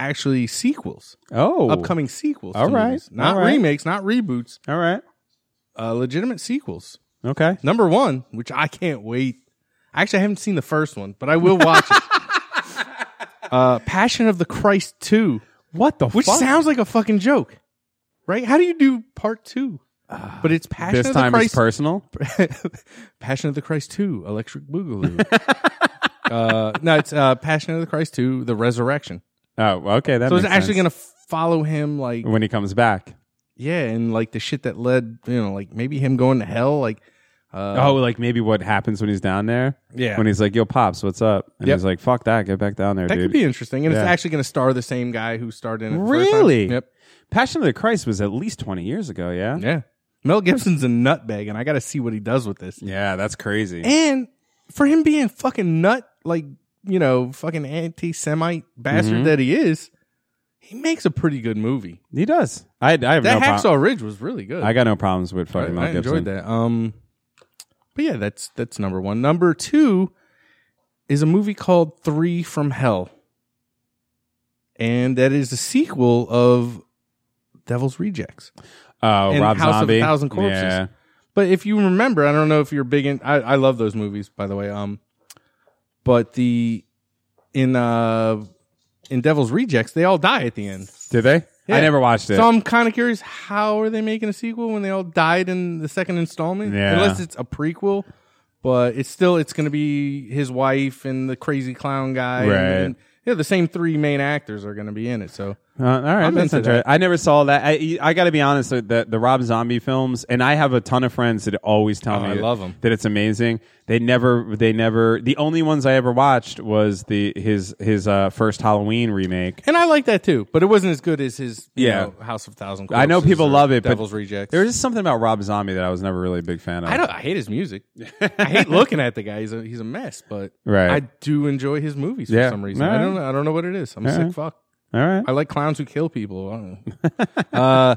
Speaker 2: actually sequels,
Speaker 3: Oh,
Speaker 2: upcoming sequels. to
Speaker 3: All right.
Speaker 2: movies. not
Speaker 3: All right.
Speaker 2: remakes, not reboots,
Speaker 3: All right.
Speaker 2: uh, legitimate sequels.
Speaker 3: Okay.
Speaker 2: Number one, which I can't wait. Actually, I haven't seen the first one, but I will watch
Speaker 3: [LAUGHS]
Speaker 2: it. Uh, Passion of the Christ two,
Speaker 3: What the
Speaker 2: which
Speaker 3: fuck?
Speaker 2: sounds like a fucking joke, right? How do you do part two? But it's Passion
Speaker 3: Ah, this
Speaker 2: of the
Speaker 3: time
Speaker 2: Christ
Speaker 3: it's personal.
Speaker 2: [LAUGHS] Passion of the Christ 2, Electric Boogaloo. [LAUGHS] uh, no, it's uh, Passion of the Christ 2, The Resurrection.
Speaker 3: Oh, okay. That
Speaker 2: so it's
Speaker 3: makes
Speaker 2: actually
Speaker 3: sense. Mm.
Speaker 2: going to follow him, like,
Speaker 3: when he comes back.
Speaker 2: yeah, and like the shit that led, you know, like maybe him going to hell. Like, Uh,
Speaker 3: oh, like maybe what happens when he's down there?
Speaker 2: Yeah.
Speaker 3: When he's like, yo, Pops, what's up? And
Speaker 2: Yep.
Speaker 3: he's like, fuck that, get back down there,
Speaker 2: that
Speaker 3: dude.
Speaker 2: could be interesting. And it's
Speaker 3: Yeah.
Speaker 2: actually going to star the same guy who starred in it. the first time.
Speaker 3: really?
Speaker 2: Yep.
Speaker 3: Passion of the Christ was at least 20 years ago, yeah?
Speaker 2: Yeah. Mel Gibson's a nutbag, and I got to see what he does with this.
Speaker 3: Yeah, that's crazy.
Speaker 2: And for him being fucking nut, like, you know, fucking anti Semite bastard
Speaker 3: Mm-hmm.
Speaker 2: that he is, he makes a pretty good movie.
Speaker 3: he does. I, I have
Speaker 2: That
Speaker 3: no
Speaker 2: Hacksaw
Speaker 3: problem.
Speaker 2: Ridge was really good.
Speaker 3: I got no problems with
Speaker 2: I,
Speaker 3: fucking Mel
Speaker 2: I
Speaker 3: Gibson.
Speaker 2: enjoyed that. Um, but yeah, that's that's number one. Number two is a movie called Three from Hell, and that is a sequel of Devil's Rejects.
Speaker 3: Oh,
Speaker 2: And
Speaker 3: Rob
Speaker 2: House of a
Speaker 3: Zombie.
Speaker 2: Thousand Corpses.
Speaker 3: Yeah.
Speaker 2: But if you remember, I don't know if you're big in. I, I love those movies, by the way. Um, but the in uh in Devil's Rejects, they all die at the end.
Speaker 3: Did they?
Speaker 2: Yeah.
Speaker 3: I never watched it.
Speaker 2: So I'm kind of curious, how are they making a sequel when they all died in the second installment?
Speaker 3: Yeah.
Speaker 2: Unless it's a prequel, but it's still it's going to be his wife and the crazy clown guy, and-
Speaker 3: Right.
Speaker 2: And, yeah, the same three main actors are going to be in it. So
Speaker 3: Uh, all right,
Speaker 2: I'm
Speaker 3: that's
Speaker 2: into
Speaker 3: interesting.
Speaker 2: that.
Speaker 3: I never saw that. I, I got to be honest, the, the the Rob Zombie films, and I have a ton of friends that always tell
Speaker 2: Oh,
Speaker 3: me
Speaker 2: I love 'em.
Speaker 3: that it's amazing. They never, they never. The only ones I ever watched was the his his uh, first Halloween remake.
Speaker 2: and I like that too, but it wasn't as good as his you
Speaker 3: Yeah.
Speaker 2: know, House of Thousand.
Speaker 3: I know
Speaker 2: Corpses
Speaker 3: people
Speaker 2: or
Speaker 3: love it, but
Speaker 2: Devil's Rejects.
Speaker 3: There was just something about Rob Zombie that I was never really a big fan of.
Speaker 2: I don't. I hate his music. I hate looking at the guy. He's a, he's a mess, but
Speaker 3: [LAUGHS] Right.
Speaker 2: I do enjoy his movies for
Speaker 3: Yeah.
Speaker 2: some reason.
Speaker 3: All
Speaker 2: I
Speaker 3: right.
Speaker 2: don't. know- I don't know what it is. I'm a
Speaker 3: All
Speaker 2: sick
Speaker 3: right.
Speaker 2: fuck.
Speaker 3: All right,
Speaker 2: I like clowns who kill people. I don't know. [LAUGHS] uh,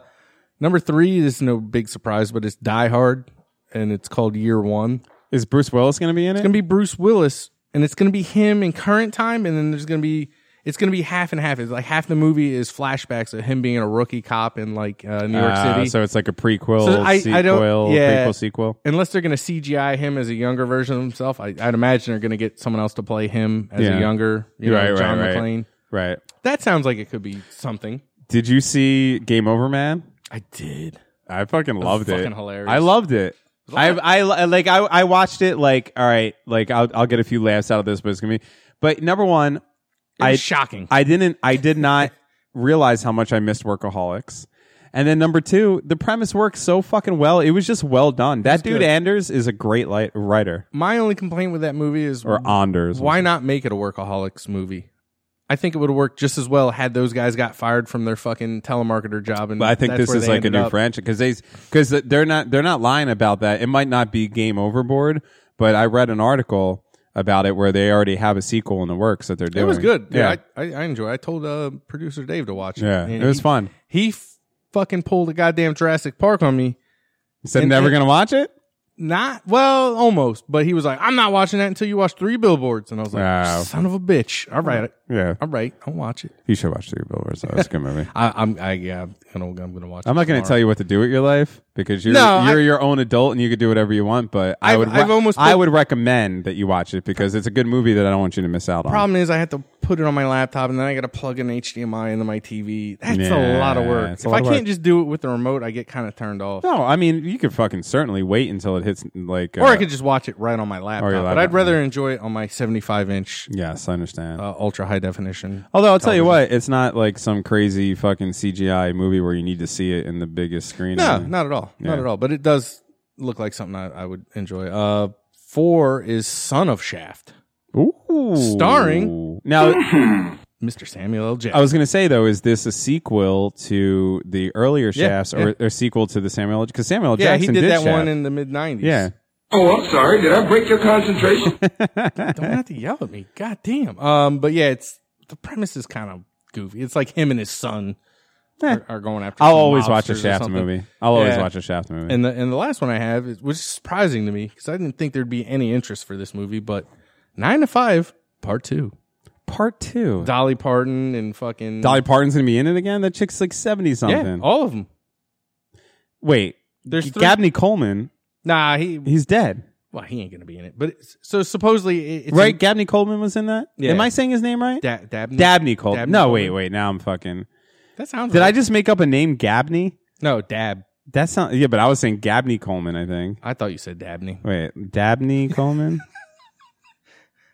Speaker 2: number three is no big surprise, but it's Die Hard, and it's called Year One.
Speaker 3: is Bruce Willis going to be in it?
Speaker 2: It's gonna be Bruce Willis, and it's gonna be him in current time, and then there's gonna be It's going to be half and half. It's like half the movie is flashbacks of him being a rookie cop in like uh, New York
Speaker 3: Ah,
Speaker 2: City.
Speaker 3: So it's like a prequel,
Speaker 2: So I-
Speaker 3: sequel,
Speaker 2: I don't- yeah.
Speaker 3: prequel, sequel.
Speaker 2: Unless they're going to CGI him as a younger version of himself, I, I'd imagine they're going to get someone else to play him as
Speaker 3: Yeah.
Speaker 2: a younger, you know,
Speaker 3: Right, right,
Speaker 2: John
Speaker 3: right.
Speaker 2: McClane.
Speaker 3: Right.
Speaker 2: That sounds like it could be something.
Speaker 3: Did you see Game Over Man?
Speaker 2: I did.
Speaker 3: I fucking loved it.
Speaker 2: fucking hilarious.
Speaker 3: I loved it. I, I I- like I I watched it like all right like I'll I'll get a few laughs out of this but it's gonna be but number one
Speaker 2: It was
Speaker 3: I-
Speaker 2: shocking.
Speaker 3: I didn't I did not realize how much I missed workaholics and then number two the premise worked so fucking well it was just well done that dude
Speaker 2: good.
Speaker 3: Anders is a great light, writer
Speaker 2: My only complaint with that movie is
Speaker 3: or Anders
Speaker 2: Mm. why not make it a workaholics movie? I think it would have worked just as well had those guys got fired from their fucking telemarketer job. And
Speaker 3: But I think
Speaker 2: that's
Speaker 3: this
Speaker 2: where
Speaker 3: is
Speaker 2: they
Speaker 3: like a
Speaker 2: ended
Speaker 3: new
Speaker 2: up.
Speaker 3: franchise because they because they're not they're not lying about that. It might not be Game Overboard, but I read an article about it where they already have a sequel in the works that they're
Speaker 2: It
Speaker 3: doing.
Speaker 2: was good.
Speaker 3: Yeah,
Speaker 2: Yeah, I, I, I enjoy. it. I told uh, producer Dave to watch it. [LAUGHS]
Speaker 3: yeah,
Speaker 2: and
Speaker 3: it was
Speaker 2: he-
Speaker 3: fun.
Speaker 2: He f- fucking pulled a goddamn Jurassic Park on me.
Speaker 3: You said
Speaker 2: and-
Speaker 3: never
Speaker 2: and-
Speaker 3: gonna watch it.
Speaker 2: Not well, almost, but he was like, "I'm not watching that until you watch Three Billboards," and I was like,
Speaker 3: Wow.
Speaker 2: "Son of a bitch!" All right,
Speaker 3: Yeah,
Speaker 2: all right, I'll watch it.
Speaker 3: you should watch Three Billboards. That was a good movie.
Speaker 2: I, I'm, I, yeah, I'm gonna, I'm gonna watch.
Speaker 3: I'm not
Speaker 2: going
Speaker 3: gonna tell you what to do with your life because you're
Speaker 2: No, I-
Speaker 3: you're your own adult and you could do whatever you want. But I
Speaker 2: I've-
Speaker 3: would
Speaker 2: I've almost
Speaker 3: I
Speaker 2: put-
Speaker 3: would recommend that you watch it because it's a good movie that I don't want you to miss out on.
Speaker 2: Problem is, I have to put it on my laptop, and then I got to plug an HDMI into my TV. That's a
Speaker 3: Yeah,
Speaker 2: lot of work.
Speaker 3: it's
Speaker 2: If
Speaker 3: a
Speaker 2: I
Speaker 3: lot of
Speaker 2: can't
Speaker 3: work.
Speaker 2: just do it with the remote, I get kind of turned off.
Speaker 3: No, I mean you could fucking certainly wait until it hits like
Speaker 2: Or
Speaker 3: uh,
Speaker 2: I could just watch it right on my laptop. But
Speaker 3: laptop,
Speaker 2: I'd rather enjoy it on my 75 inch
Speaker 3: Yes, I understand.
Speaker 2: uh, ultra high definition.
Speaker 3: Although I'll tell you what, it's not like some crazy fucking CGI movie where you need to see it in the biggest screen.
Speaker 2: No, not at all. Not
Speaker 3: Yeah.
Speaker 2: at all. But it does look like something I, I would enjoy. Uh, four is Son of Shaft,
Speaker 3: Ooh.
Speaker 2: Starring- [LAUGHS]
Speaker 3: Now,
Speaker 2: Mr. Samuel L.
Speaker 3: I
Speaker 2: Jackson.
Speaker 3: was going to say though, is this a sequel to the earlier
Speaker 2: Yeah,
Speaker 3: Shafts
Speaker 2: yeah.
Speaker 3: or a sequel to the Samuel? L. Because Samuel L.
Speaker 2: yeah, he
Speaker 3: Jackson
Speaker 2: did, that
Speaker 3: Shaft.
Speaker 2: one in the mid 90s.
Speaker 3: yeah.
Speaker 5: Oh, I'm sorry. Did I break your
Speaker 3: [LAUGHS]
Speaker 5: concentration?
Speaker 2: Don't have to yell at me. God damn. Um, but yeah, it's the premise is kind of goofy. It's like him and his son
Speaker 3: Eh.
Speaker 2: are, are going after.
Speaker 3: I'll
Speaker 2: some
Speaker 3: always watch a
Speaker 2: mobsters or
Speaker 3: Shaft
Speaker 2: something.
Speaker 3: movie. I'll always
Speaker 2: Yeah.
Speaker 3: watch a Shaft movie.
Speaker 2: And the and the last one I have, is, which is surprising to me because I didn't think there'd be any interest for this movie, but Nine to Five Part Two,
Speaker 3: part two,
Speaker 2: Dolly Parton and fucking
Speaker 3: Dolly Parton's going to be in it again. That chick's like seventy
Speaker 2: yeah,
Speaker 3: something.
Speaker 2: all of them.
Speaker 3: Wait,
Speaker 2: There's three-
Speaker 3: Gabney Coleman.
Speaker 2: Nah, he
Speaker 3: He's dead,
Speaker 2: well he ain't gonna be in it. But it's, so supposedly it, it's
Speaker 3: right?
Speaker 2: a-
Speaker 3: Gabney Coleman was in that.
Speaker 2: Yeah.
Speaker 3: Am I saying his name right?
Speaker 2: Da- Dabney.
Speaker 3: Dabney Coleman.
Speaker 2: Dabney
Speaker 3: no,
Speaker 2: Coleman.
Speaker 3: wait, wait. Now I'm fucking.
Speaker 2: That sounds.
Speaker 3: Did
Speaker 2: right.
Speaker 3: I just make up a name, Gabney?
Speaker 2: no Dab?
Speaker 3: That sounds yeah, but I was saying Gabney Coleman. I think.
Speaker 2: I thought you said Dabney.
Speaker 3: Wait,
Speaker 2: [LAUGHS]
Speaker 3: Dabney Coleman.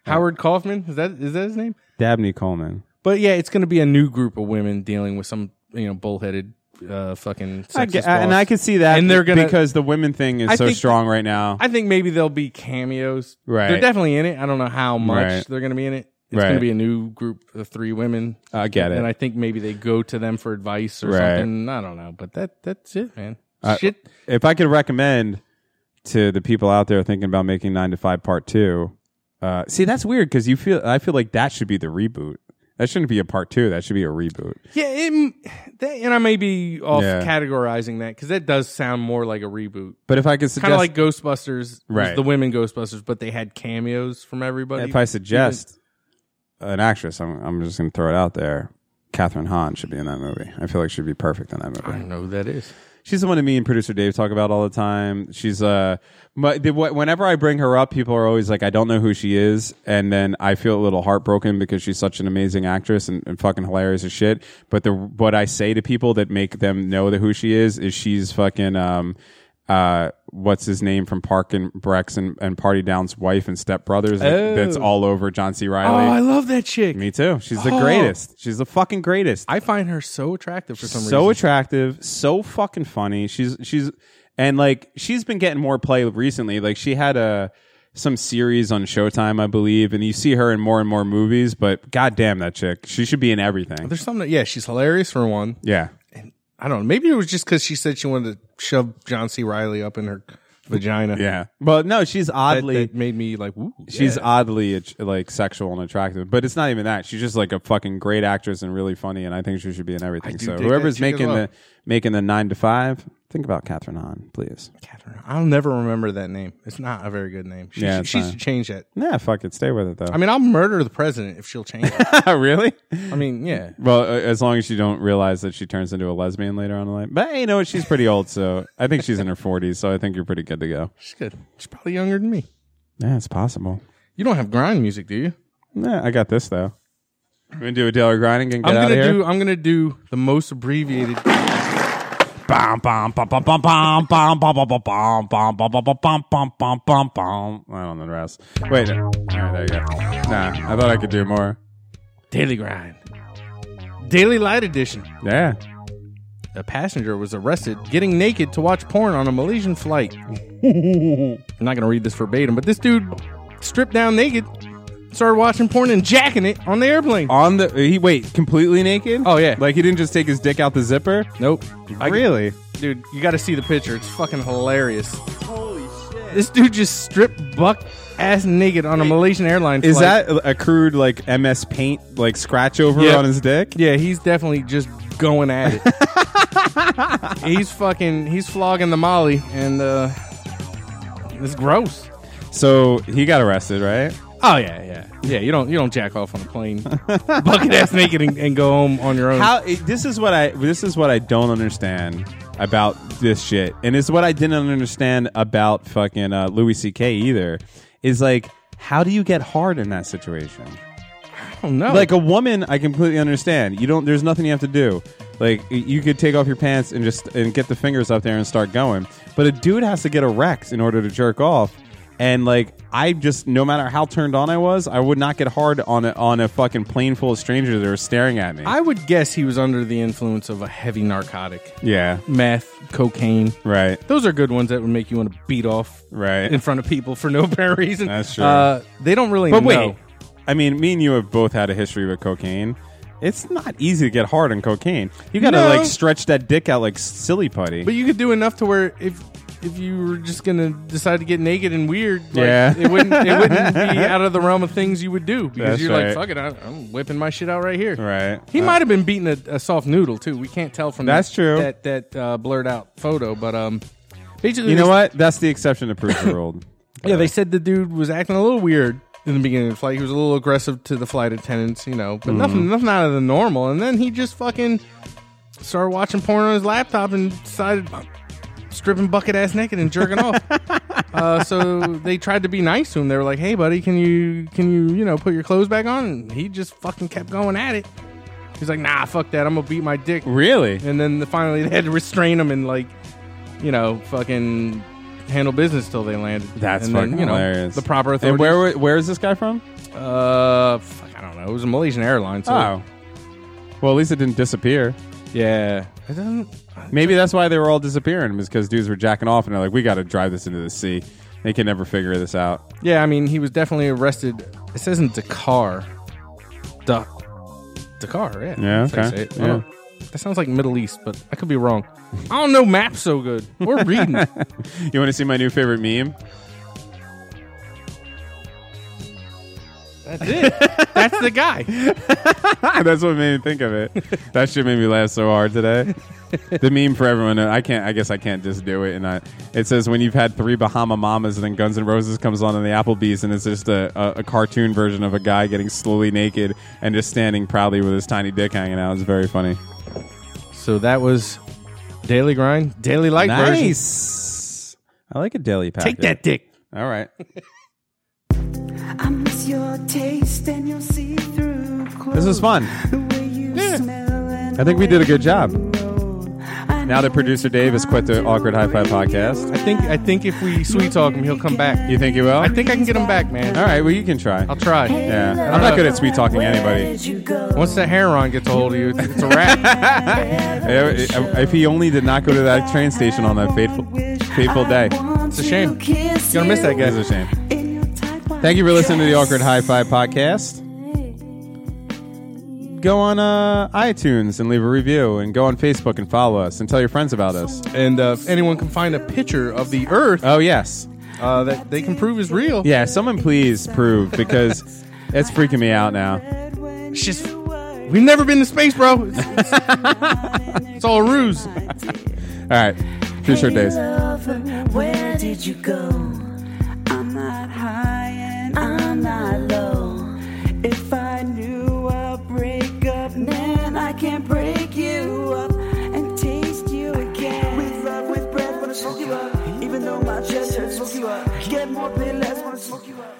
Speaker 2: Howard Kaufman is that is that his name?
Speaker 3: Dabney Coleman.
Speaker 2: But yeah, it's going to be a new group of women dealing with some you know bullheaded uh, fucking. Sexist
Speaker 3: I ge- and I
Speaker 2: boss.
Speaker 3: can see that,
Speaker 2: And they're gonna-
Speaker 3: because the women thing is
Speaker 2: I
Speaker 3: so
Speaker 2: think-
Speaker 3: strong right now.
Speaker 2: I think maybe there'll be cameos.
Speaker 3: Right.
Speaker 2: they're definitely in it. I don't know how much
Speaker 3: Right.
Speaker 2: they're going to be in it. It's
Speaker 3: Right.
Speaker 2: going to be a new group of three women,
Speaker 3: I, get
Speaker 2: and
Speaker 3: it.
Speaker 2: I think maybe they go to them for advice or
Speaker 3: Right.
Speaker 2: something. I don't know, but that that's it, man.
Speaker 3: I-
Speaker 2: Shit,
Speaker 3: if I could recommend to the people out there thinking about making Nine to Five Part Two, uh, see that's weird because you feel I feel like that should be the reboot. That shouldn't be a part two. That should be a reboot.
Speaker 2: yeah. It, m- that, and I may be off
Speaker 3: Yeah.
Speaker 2: categorizing that because that does sound more like a reboot,
Speaker 3: But if I could
Speaker 2: kind
Speaker 3: suggest,
Speaker 2: of like Ghostbusters, was
Speaker 3: Right.
Speaker 2: The women Ghostbusters, but they had cameos from everybody.
Speaker 3: if I suggest an actress, I'm, I'm just going to throw it out there. Catherine Hahn should be in that movie. I feel like she'd be perfect in that
Speaker 2: I
Speaker 3: movie.
Speaker 2: don't know who that is.
Speaker 3: She's the one that me and producer Dave talk about all the time. She's uh, my, the, wh- whenever I bring her up, people are always like, "I don't know who she is," and then I feel a little heartbroken because she's such an amazing actress and, and fucking hilarious as shit. But the what I say to people that make them know that who she is is she's fucking um, uh, what's his name from Park and Brex and, and Party Down's wife and stepbrothers that,
Speaker 2: Oh.
Speaker 3: that's all over John C. Riley.
Speaker 2: Oh, I love that chick.
Speaker 3: Me too. She's the
Speaker 2: Oh.
Speaker 3: greatest. She's the fucking greatest.
Speaker 2: I find her so attractive for some
Speaker 3: so
Speaker 2: reason.
Speaker 3: attractive, so fucking funny. She's she's and like she's been getting more play recently. Like she had a some series on Showtime, I believe, and you see her in more and more movies. But goddamn, that chick, she should be in everything.
Speaker 2: There's something. That, yeah, she's hilarious for one.
Speaker 3: Yeah,
Speaker 2: I don't know. Maybe it was just because she said she wanted to shove John C. Riley up in her vagina.
Speaker 3: yeah. Well, no, she's
Speaker 2: That,
Speaker 3: oddly.
Speaker 2: that made me like, ooh.
Speaker 3: She's
Speaker 2: yeah.
Speaker 3: oddly att- like sexual and attractive, but it's not even that. She's just like a fucking great actress and really funny, and I think she should be in everything.
Speaker 2: do
Speaker 3: So
Speaker 2: dig that
Speaker 3: whoever's
Speaker 2: chick as
Speaker 3: making
Speaker 2: well.
Speaker 3: the making the nine to five, Think about Catherine Hahn, please.
Speaker 2: Catherine. I'll never remember that name. It's not a very good name. She,
Speaker 3: Yeah,
Speaker 2: should
Speaker 3: it's
Speaker 2: she
Speaker 3: not.
Speaker 2: should change that.
Speaker 3: Nah, fuck it. Stay with it though.
Speaker 2: I mean, I'll murder the president if she'll change it.
Speaker 3: [LAUGHS] really?
Speaker 2: I mean, yeah.
Speaker 3: Well, uh, as long as you don't realize that she turns into a lesbian later on in life. But hey, you know what? She's pretty old, so I think she's in her forties. So I think you're pretty good to go.
Speaker 2: She's good. She's probably younger than me.
Speaker 3: Yeah, it's possible.
Speaker 2: You don't have grind music, do you?
Speaker 3: Nah, I got this though. We gonna do a Taylor grinding and get
Speaker 2: I'm
Speaker 3: out
Speaker 2: gonna
Speaker 3: of here.
Speaker 2: do. I'm gonna do the most abbreviated.
Speaker 3: Bum, bum, bum, bum, bum, bum, bum, bum, bum, bum, bum, bum, bum, bum, bum, bum, bum, bum, bum. I don't know the rest. Wait, all right, there you go. Nah, I thought I could do more.
Speaker 2: Daily grind. Daily light edition.
Speaker 3: Yeah,
Speaker 2: A passenger was arrested getting naked to watch porn on a Malaysian
Speaker 3: [LAUGHS]
Speaker 2: flight. I'm not gonna read this verbatim, but this dude stripped down naked, started watching porn and jacking it on the airplane.
Speaker 3: on the he wait completely naked.
Speaker 2: Oh, yeah.
Speaker 3: like he didn't just take his dick out the zipper.
Speaker 2: Nope. I-
Speaker 3: really?
Speaker 2: dude, you got to see the picture. It's fucking hilarious. Holy shit! This dude just stripped buck ass naked on a Malaysian airline.
Speaker 3: Is
Speaker 2: flight.
Speaker 3: that a crude like MS Paint like scratch over
Speaker 2: Yeah.
Speaker 3: on his dick?
Speaker 2: Yeah, he's definitely just going at it.
Speaker 3: [LAUGHS]
Speaker 2: he's fucking. He's flogging the molly, and uh, it's gross.
Speaker 3: So he got arrested, right?
Speaker 2: Oh yeah, yeah, yeah. You don't you don't jack off on a plane, [LAUGHS] bucket ass naked, and, and go home on your own.
Speaker 3: How it- this is what I this is what I don't understand about this shit, and it's what I didn't understand about fucking uh, Louis C.K. either. Is like, how do you get hard in that situation?
Speaker 2: I don't know.
Speaker 3: Like a woman, I completely understand. You don't. There's nothing you have to do. Like y- you could take off your pants and just and get the fingers up there and start going. But a dude has to get erect in order to jerk off. And like I just, no matter how turned on I was, I would not get hard on a, on a fucking plane full of strangers that were staring at me.
Speaker 2: I would guess he was under the influence of a heavy narcotic,
Speaker 3: yeah.
Speaker 2: meth, cocaine.
Speaker 3: Right.
Speaker 2: Those are good ones that would make you want to beat off
Speaker 3: Right.
Speaker 2: in front of people for no [LAUGHS] apparent reason.
Speaker 3: That's true.
Speaker 2: Uh, they don't really.
Speaker 3: But wait,
Speaker 2: know.
Speaker 3: I mean, me and you have both had a history with cocaine. It's not easy to get hard on cocaine. You gotta
Speaker 2: No.
Speaker 3: like stretch that dick out like silly putty.
Speaker 2: But you could do enough to where if if you were just gonna decide to get naked and weird, like,
Speaker 3: Yeah.
Speaker 2: it wouldn't it wouldn't
Speaker 3: [LAUGHS]
Speaker 2: be out of the realm of things you would do because
Speaker 3: That's
Speaker 2: you're like,
Speaker 3: right.
Speaker 2: fuck it, I- I'm whipping my shit out right here.
Speaker 3: right?
Speaker 2: He
Speaker 3: Uh,
Speaker 2: might have been beating a, a soft noodle too. We can't tell from
Speaker 3: That's
Speaker 2: that,
Speaker 3: true.
Speaker 2: That that uh, blurred out photo, but um, basically,
Speaker 3: You know
Speaker 2: they-
Speaker 3: what? That's the exception to prove the rule.
Speaker 2: Yeah, they said the dude was acting a little weird in the beginning of the flight. He was a little aggressive to the flight attendants, you know, but nothing, nothing out of the normal. And then he just fucking started watching porn on his laptop and decided "I'm stripping bucket ass naked and jerking off. Uh, so they tried to be nice to him. They were like, "Hey, buddy, can you can you you know put your clothes back on?" And he just fucking kept going at it. He's like, "Nah, fuck that. I'm gonna beat my dick."
Speaker 3: Really?
Speaker 2: And then the, finally, [LAUGHS] they had to restrain him and like, you know, fucking handle business till they landed.
Speaker 3: That's
Speaker 2: and
Speaker 3: fucking
Speaker 2: then, you know,
Speaker 3: hilarious.
Speaker 2: The proper authorities.
Speaker 3: And where were- where is this guy from? Oh.
Speaker 2: Uh, fuck, I don't know. It was a Malaysian airline. So
Speaker 3: well, at least it didn't disappear.
Speaker 2: yeah. It doesn't.
Speaker 3: Maybe that's why they were all disappearing, was because dudes were jacking off and they're like, we got to drive this into the sea. They can never figure this out.
Speaker 2: Yeah, I mean, he was definitely arrested. It says in Dakar. Da- Dakar, yeah.
Speaker 3: Yeah,
Speaker 2: That's how you
Speaker 3: okay.
Speaker 2: say it. I don't- That sounds like Middle East, but I could be wrong. I don't know maps so good. We're
Speaker 3: [LAUGHS]
Speaker 2: reading.
Speaker 3: You want to see my new favorite meme?
Speaker 2: That's it. That's the guy.
Speaker 3: [LAUGHS] That's what made me think of it. That shit made me laugh so hard today. The meme for everyone. uh, I can't. I guess I can't just do it. And I, it says when you've had three Bahama Mamas, and then Guns N' Roses comes on in the Applebee's, and it's just a, a, a cartoon version of a guy getting slowly naked and just standing proudly with his tiny dick hanging out. It's very funny.
Speaker 2: So that was Daily Grind, Daily Light version.
Speaker 3: Nice. I like a daily pack.
Speaker 2: Take that dick.
Speaker 3: All right.
Speaker 7: I miss your taste and your see-through clothes.
Speaker 3: This
Speaker 2: [LAUGHS]
Speaker 3: was fun.
Speaker 7: The way you
Speaker 3: Yeah.
Speaker 7: smell and
Speaker 3: I think we did a good job.
Speaker 7: I
Speaker 3: Now that
Speaker 7: know
Speaker 3: producer
Speaker 7: it's
Speaker 3: Dave has quit the
Speaker 7: time to
Speaker 3: awkward high five
Speaker 7: bring you
Speaker 3: podcast.
Speaker 2: I think I think if we sweet talk him, he'll come back.
Speaker 3: You think you will?
Speaker 2: I think I can get him back, man.
Speaker 3: All right. Well, you can try.
Speaker 2: I'll try.
Speaker 3: Yeah. I'm not good at sweet talking anybody.
Speaker 2: Once that heron gets a hold of you, it's it's a wrap.
Speaker 3: If if he only did not go to that train station on that fateful, fateful day.
Speaker 7: It's
Speaker 2: a shame. You're gonna miss that
Speaker 3: It
Speaker 2: guy.
Speaker 3: is a shame. Thank you for listening to the Awkward High Five podcast. Go on uh, iTunes and leave a review, and go on Facebook and follow us, and tell your friends about us.
Speaker 2: [LAUGHS] And uh, if anyone can find a picture of the Earth
Speaker 3: Oh yes,
Speaker 2: uh, that they can prove is real,
Speaker 3: yeah. Someone please prove because it's freaking me out now.
Speaker 2: it's just we've [LAUGHS] never been to space, bro. It's, it's- it's all a ruse.
Speaker 3: All right, True Shirt Days.
Speaker 7: lover, where did you go? I'm not high and I'm not low. If I knew a breakup, man, I can't break you up and taste you again. With love, with breath, wanna smoke you up. Even though my chest hurts, smoke you up. Get more pay less, wanna smoke you up.